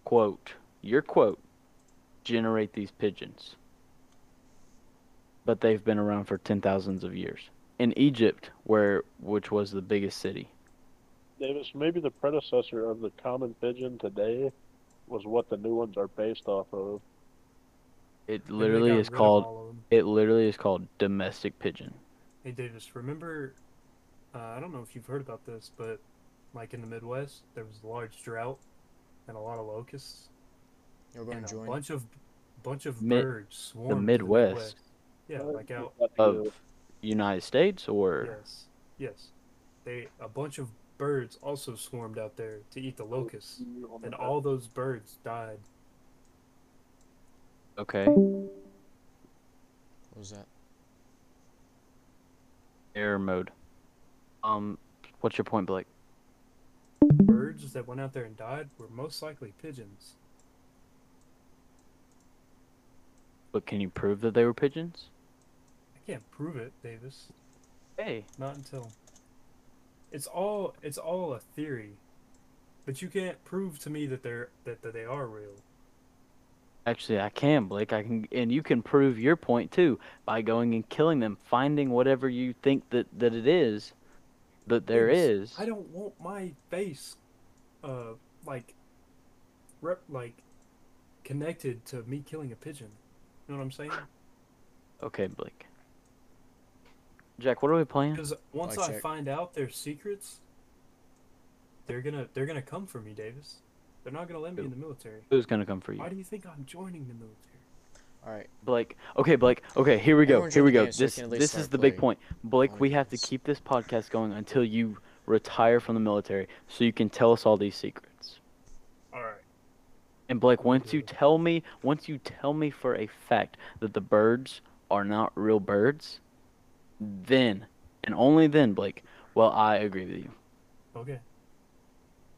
Speaker 3: quote, your quote, generate these pigeons. But they've been around for ten thousands of years. In Egypt, where which was the biggest city.
Speaker 4: Davis, maybe the predecessor of the common pigeon today was what the new ones are based off of.
Speaker 3: It
Speaker 2: Then they
Speaker 3: literally
Speaker 2: got
Speaker 3: is
Speaker 2: rid of
Speaker 3: called
Speaker 2: all of 'em.
Speaker 3: it literally is called domestic pigeon.
Speaker 2: Hey Davis, remember? Uh, I don't know if you've heard about this, but like in the Midwest, there was a large drought and a lot of locusts,
Speaker 6: Everyone
Speaker 2: and a
Speaker 6: join.
Speaker 2: bunch of bunch of
Speaker 3: Mi-
Speaker 2: birds swarmed to
Speaker 3: Midwest.
Speaker 2: Yeah, like out.
Speaker 3: Of United States or
Speaker 2: Yes, yes. They a bunch of birds also swarmed out there to eat the locusts, and all those birds died.
Speaker 3: okay.
Speaker 6: What was that?
Speaker 3: Error mode. Um what's your point, Blake?
Speaker 2: Birds that went out there and died were most likely pigeons.
Speaker 3: But can you prove that they were pigeons?
Speaker 2: I can't prove it, Davis.
Speaker 3: Hey.
Speaker 2: Not until. It's all it's all a theory, but you can't prove to me that they're that, that they are real.
Speaker 3: Actually, I can, Blake. I can, and you can prove your point too by going and killing them, finding whatever you think that that it is, that there is.
Speaker 2: Davis, I don't want my face, uh, like, rep like, connected to me killing a pigeon. You know what I'm saying?
Speaker 3: Okay, Blake. Jack, what are we playing?
Speaker 2: Because once
Speaker 6: Like
Speaker 2: I
Speaker 6: Jack-
Speaker 2: find out their secrets, they're gonna they're gonna come for me, Davis. They're not gonna let me in the military.
Speaker 3: Who's gonna come for you,
Speaker 2: Why do you think I'm joining the military?
Speaker 6: All right.
Speaker 3: Blake? Okay, Blake. Okay, here we go.
Speaker 6: Everyone
Speaker 3: Here we
Speaker 6: join
Speaker 3: go.
Speaker 6: the game so we
Speaker 3: This
Speaker 6: can at least
Speaker 3: this is
Speaker 6: start
Speaker 3: the big
Speaker 6: playing.
Speaker 3: point, Blake. We have to
Speaker 6: Podcast.
Speaker 3: keep this podcast going until you retire from the military, so you can tell us all these secrets.
Speaker 2: All right.
Speaker 3: And Blake, once you tell me, once you tell me for a fact that the birds are not real birds, then and only then, Blake, well, I agree with you.
Speaker 2: Okay.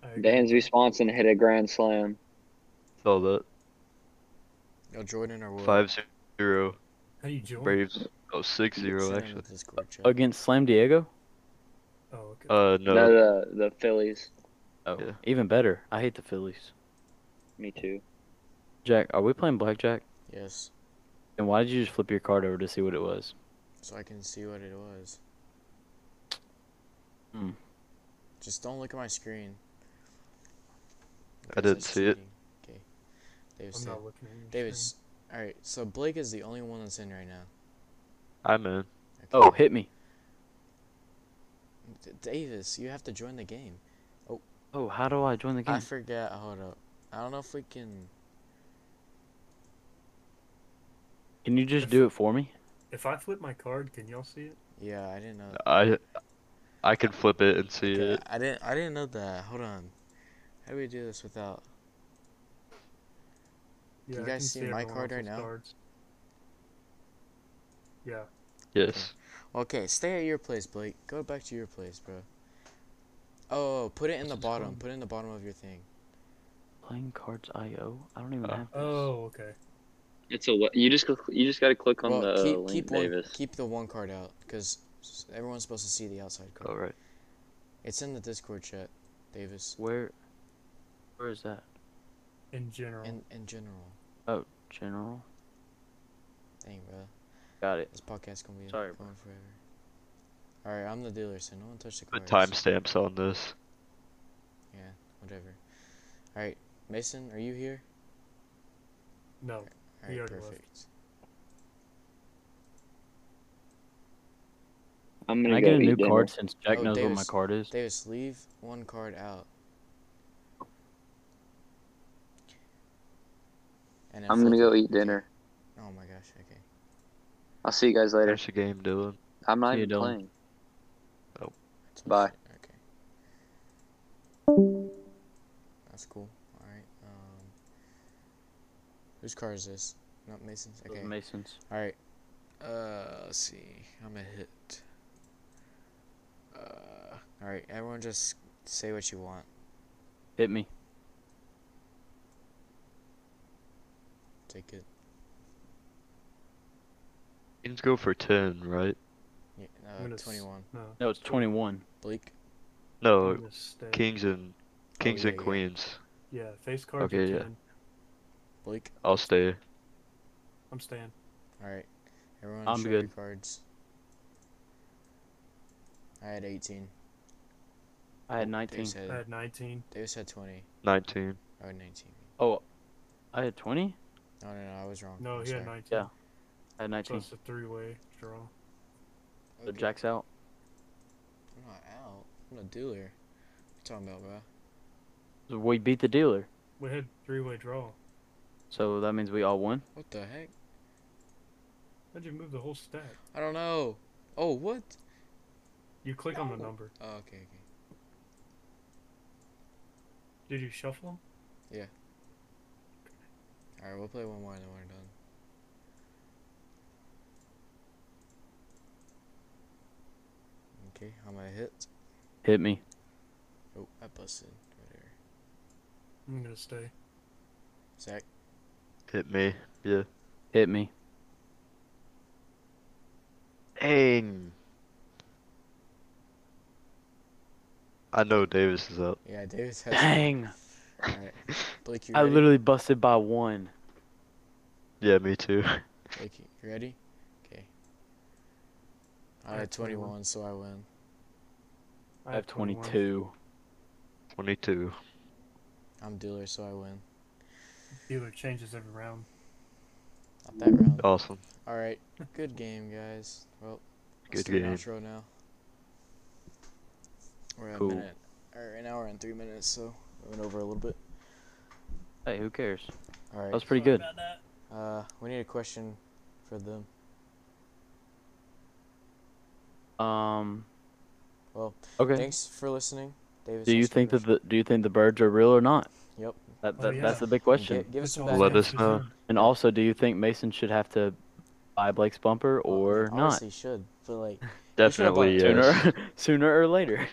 Speaker 2: I agree.
Speaker 7: Dansby Swanson hit a grand slam.
Speaker 5: All that
Speaker 6: Yo, Jordan or Will.
Speaker 5: five zero
Speaker 2: How you join?
Speaker 5: Braves. Oh, six
Speaker 6: Send
Speaker 5: zero
Speaker 6: him
Speaker 5: actually.
Speaker 6: the Discord chat.
Speaker 3: Against Slam Diego?
Speaker 2: Oh, okay.
Speaker 5: Uh,
Speaker 7: No,
Speaker 5: no.
Speaker 7: the the Phillies.
Speaker 3: Oh,
Speaker 5: Yeah.
Speaker 3: even better. I hate the Phillies.
Speaker 7: Me too.
Speaker 3: Jack, are we playing blackjack?
Speaker 6: Yes.
Speaker 3: And why did you just flip your card over to see what it was?
Speaker 6: So I can see what it was.
Speaker 3: Hmm.
Speaker 6: Just don't look at my screen.
Speaker 5: I
Speaker 6: That's
Speaker 5: didn't
Speaker 6: just
Speaker 5: see it.
Speaker 6: cheating. Okay. Davis.
Speaker 2: I'm
Speaker 6: did.
Speaker 2: not looking at you.
Speaker 6: Davis. All right. So Blake is the only one that's in right now.
Speaker 5: I'm in.
Speaker 6: Okay.
Speaker 3: Oh, hit me.
Speaker 6: D- Davis, you have to join the game.
Speaker 3: Oh, how do I join the game?
Speaker 6: I forgot. Hold up. I don't know if we can.
Speaker 3: Can you just do it for me?
Speaker 2: If I flip my card, can y'all see it?
Speaker 6: Yeah, I didn't know.
Speaker 5: I I can flip it and see
Speaker 6: Okay,
Speaker 5: it.
Speaker 6: I didn't. I didn't know that. Hold on. How do we do this without?
Speaker 2: Yeah,
Speaker 6: you
Speaker 2: I can
Speaker 6: guys see my
Speaker 2: everyone
Speaker 6: card right
Speaker 2: else's
Speaker 6: now?
Speaker 2: Cards. Yeah.
Speaker 5: Yes.
Speaker 6: Okay, stay at your place, Blake. Go back to your place, bro. Oh, put it in the bottom. Put it in the bottom of your thing.
Speaker 3: Playing cards IO. I don't even
Speaker 5: Oh.
Speaker 3: have this.
Speaker 2: Oh, okay.
Speaker 7: It's a what? You just click- you just gotta click on
Speaker 6: Well,
Speaker 7: the
Speaker 6: keep,
Speaker 7: link,
Speaker 6: keep, one,
Speaker 7: Davis.
Speaker 6: keep the one card out, because everyone's supposed to see the outside card.
Speaker 5: All right.
Speaker 6: It's in the Discord chat, Davis.
Speaker 3: Where? Where is that?
Speaker 2: In general.
Speaker 6: In in general,
Speaker 3: General.
Speaker 6: dang bro,
Speaker 3: Got it.
Speaker 6: this podcast gonna be
Speaker 3: Sorry, bro.
Speaker 6: going forever. All right, I'm the dealer, so no one touch the
Speaker 5: The
Speaker 6: cards.
Speaker 5: timestamps on this.
Speaker 6: Yeah, whatever. All right, Mason, are you here?
Speaker 2: no.
Speaker 6: All
Speaker 2: He
Speaker 6: right,
Speaker 2: already left.
Speaker 6: perfect.
Speaker 7: I'm
Speaker 3: Can
Speaker 7: gonna
Speaker 3: I
Speaker 7: go E,
Speaker 3: get a
Speaker 7: eat
Speaker 3: new
Speaker 7: dinner.
Speaker 3: card since Jack
Speaker 6: Oh,
Speaker 3: knows what my
Speaker 6: Davis.
Speaker 3: card is?
Speaker 6: Davis, leave one card out. And then
Speaker 7: I'm gonna
Speaker 6: flip
Speaker 7: go
Speaker 6: it.
Speaker 7: eat dinner.
Speaker 6: Oh my gosh. Okay.
Speaker 7: I'll see you guys later.
Speaker 5: Finish the game, Dylan.
Speaker 7: I'm not
Speaker 3: See you,
Speaker 7: even
Speaker 3: Dylan.
Speaker 7: playing.
Speaker 6: That's
Speaker 7: Bye.
Speaker 6: bullshit. Okay. That's cool. All right. Um, whose car is this? Not Mason's.
Speaker 3: Those
Speaker 6: Okay.
Speaker 3: Masons.
Speaker 6: All right. Uh, let's see. I'm gonna hit. Uh, all right. Everyone, just say what you want.
Speaker 3: Hit me.
Speaker 6: Take it.
Speaker 5: Teams go for 10, right?
Speaker 6: Yeah,
Speaker 2: I'm
Speaker 6: uh,
Speaker 2: gonna s-
Speaker 6: Twenty-one.
Speaker 2: No.
Speaker 3: No, it's 21.
Speaker 6: Bleak.
Speaker 5: No,
Speaker 3: Oh,
Speaker 2: I'm gonna stay.
Speaker 5: kings and
Speaker 6: Oh,
Speaker 5: kings
Speaker 6: yeah,
Speaker 5: and
Speaker 6: yeah.
Speaker 5: queens.
Speaker 2: Yeah, face cards
Speaker 5: Okay,
Speaker 2: are
Speaker 5: yeah.
Speaker 2: 10.
Speaker 6: Bleak.
Speaker 5: I'll stay.
Speaker 2: I'm staying.
Speaker 6: All right. Everyone,
Speaker 3: I'm
Speaker 6: show your
Speaker 3: good.
Speaker 6: cards. I had eighteen.
Speaker 3: I had
Speaker 6: Davis
Speaker 3: 19.
Speaker 2: I
Speaker 6: had,
Speaker 2: had 19.
Speaker 6: Davis had twenty.
Speaker 5: 19.
Speaker 6: I had nineteen.
Speaker 3: Oh, I had 20?
Speaker 6: No, no, no, I was wrong.
Speaker 2: No,
Speaker 6: I'm
Speaker 2: he had
Speaker 6: sorry.
Speaker 2: 19.
Speaker 3: Yeah, I had 19.
Speaker 2: Plus a three way draw.
Speaker 3: So
Speaker 6: Okay.
Speaker 3: Jack's out.
Speaker 6: I'm not out. I'm a dealer. What you talking about, bro?
Speaker 3: We beat the dealer.
Speaker 2: We had three way draw.
Speaker 3: So that means we all won?
Speaker 6: What the heck?
Speaker 2: How'd you move the whole stack?
Speaker 6: I don't know. Oh, what?
Speaker 2: You click on the number.
Speaker 6: Oh, okay, okay.
Speaker 2: Did you shuffle them?
Speaker 6: All right, we'll play one more and then we're done. Okay, I'm gonna hit.
Speaker 3: Hit me.
Speaker 6: Oh, I busted. Whatever.
Speaker 2: I'm gonna stay.
Speaker 6: Zach,
Speaker 5: Hit me. Yeah.
Speaker 3: Hit me.
Speaker 5: Dang. I know Davis is up.
Speaker 6: yeah, Davis has.
Speaker 3: Dang!
Speaker 6: All right, Blake, you
Speaker 3: I
Speaker 6: ready?
Speaker 3: literally busted by one.
Speaker 5: Yeah, me too.
Speaker 6: Blake, you ready? Okay. I
Speaker 2: I
Speaker 6: had
Speaker 2: had 21.
Speaker 6: 21, so I win.
Speaker 3: I have
Speaker 2: 21.
Speaker 3: 22.
Speaker 5: 22.
Speaker 6: I'm dealer, so I win.
Speaker 2: Dealer changes every round.
Speaker 6: Not that round.
Speaker 5: Awesome.
Speaker 6: All right, good game, guys. Well, let's
Speaker 5: Oh. Good
Speaker 6: do an
Speaker 5: game.
Speaker 6: outro now. We're at
Speaker 3: Cool.
Speaker 6: a minute, or an hour and three minutes, so we went over a little bit.
Speaker 3: Hey, who cares?
Speaker 6: All right.
Speaker 3: That was pretty
Speaker 2: Sorry
Speaker 3: good.
Speaker 2: about that.
Speaker 6: Uh, we need a question for them.
Speaker 3: Um.
Speaker 6: Well,
Speaker 3: Okay.
Speaker 6: Thanks for listening, Davis.
Speaker 3: Do you think that the do you think the birds are real or not?
Speaker 6: Yep.
Speaker 3: That,
Speaker 2: Oh,
Speaker 3: that
Speaker 2: yeah.
Speaker 3: that's the big question.
Speaker 6: Give, give
Speaker 2: That's
Speaker 6: us some
Speaker 2: all
Speaker 6: back.
Speaker 2: I
Speaker 5: Let
Speaker 2: have
Speaker 5: us
Speaker 2: to
Speaker 5: know.
Speaker 2: do.
Speaker 3: And also, do you think Mason should have to buy Blake's bumper or not?
Speaker 6: Obviously should, but like
Speaker 5: Definitely uh,
Speaker 6: bought
Speaker 5: yes.
Speaker 3: Sooner, sooner or later.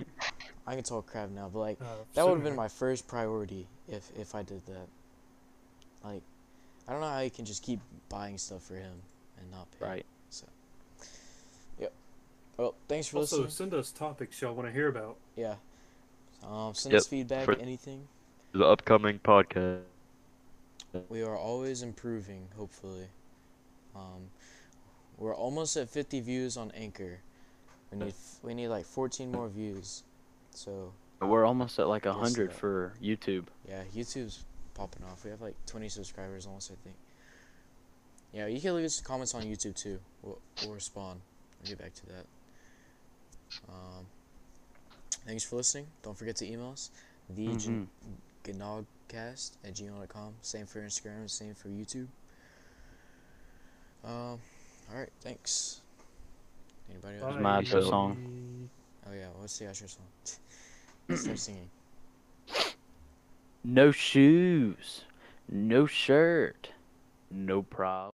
Speaker 6: I can talk crap now, but like
Speaker 2: Uh,
Speaker 6: that would have
Speaker 2: sooner.
Speaker 6: been my first priority if if I did that. Like, I don't know how you can just keep buying stuff for him and not pay.
Speaker 3: Right.
Speaker 6: Well, thanks for
Speaker 2: Also,
Speaker 6: listening.
Speaker 2: send us topics y'all want to hear about.
Speaker 6: Yeah. Um, send
Speaker 5: Yep,
Speaker 6: us feedback,
Speaker 5: for-
Speaker 6: anything.
Speaker 5: The upcoming podcast.
Speaker 6: We are always improving, hopefully. Um, we're almost at 50 views on Anchor. We need we need like 14 more views. So
Speaker 3: We're almost at like a
Speaker 6: Yes,
Speaker 3: hundred
Speaker 6: that-
Speaker 3: for YouTube.
Speaker 6: yeah, YouTube's popping off. We have like 20 subscribers almost, I think. Yeah, you can leave us comments on YouTube too. We'll, we'll respond. We'll get back to that. Um, thanks for listening. Don't forget to email us. The
Speaker 3: Mhm.
Speaker 6: gnogcast at gmail.com. Same for Instagram, and same for YouTube. Um, alright, thanks. Anybody else?
Speaker 2: Bye.
Speaker 3: my outro song.
Speaker 6: Oh yeah, what's the outro song? Let's Start singing.
Speaker 3: No shoes, no shirt, no problem.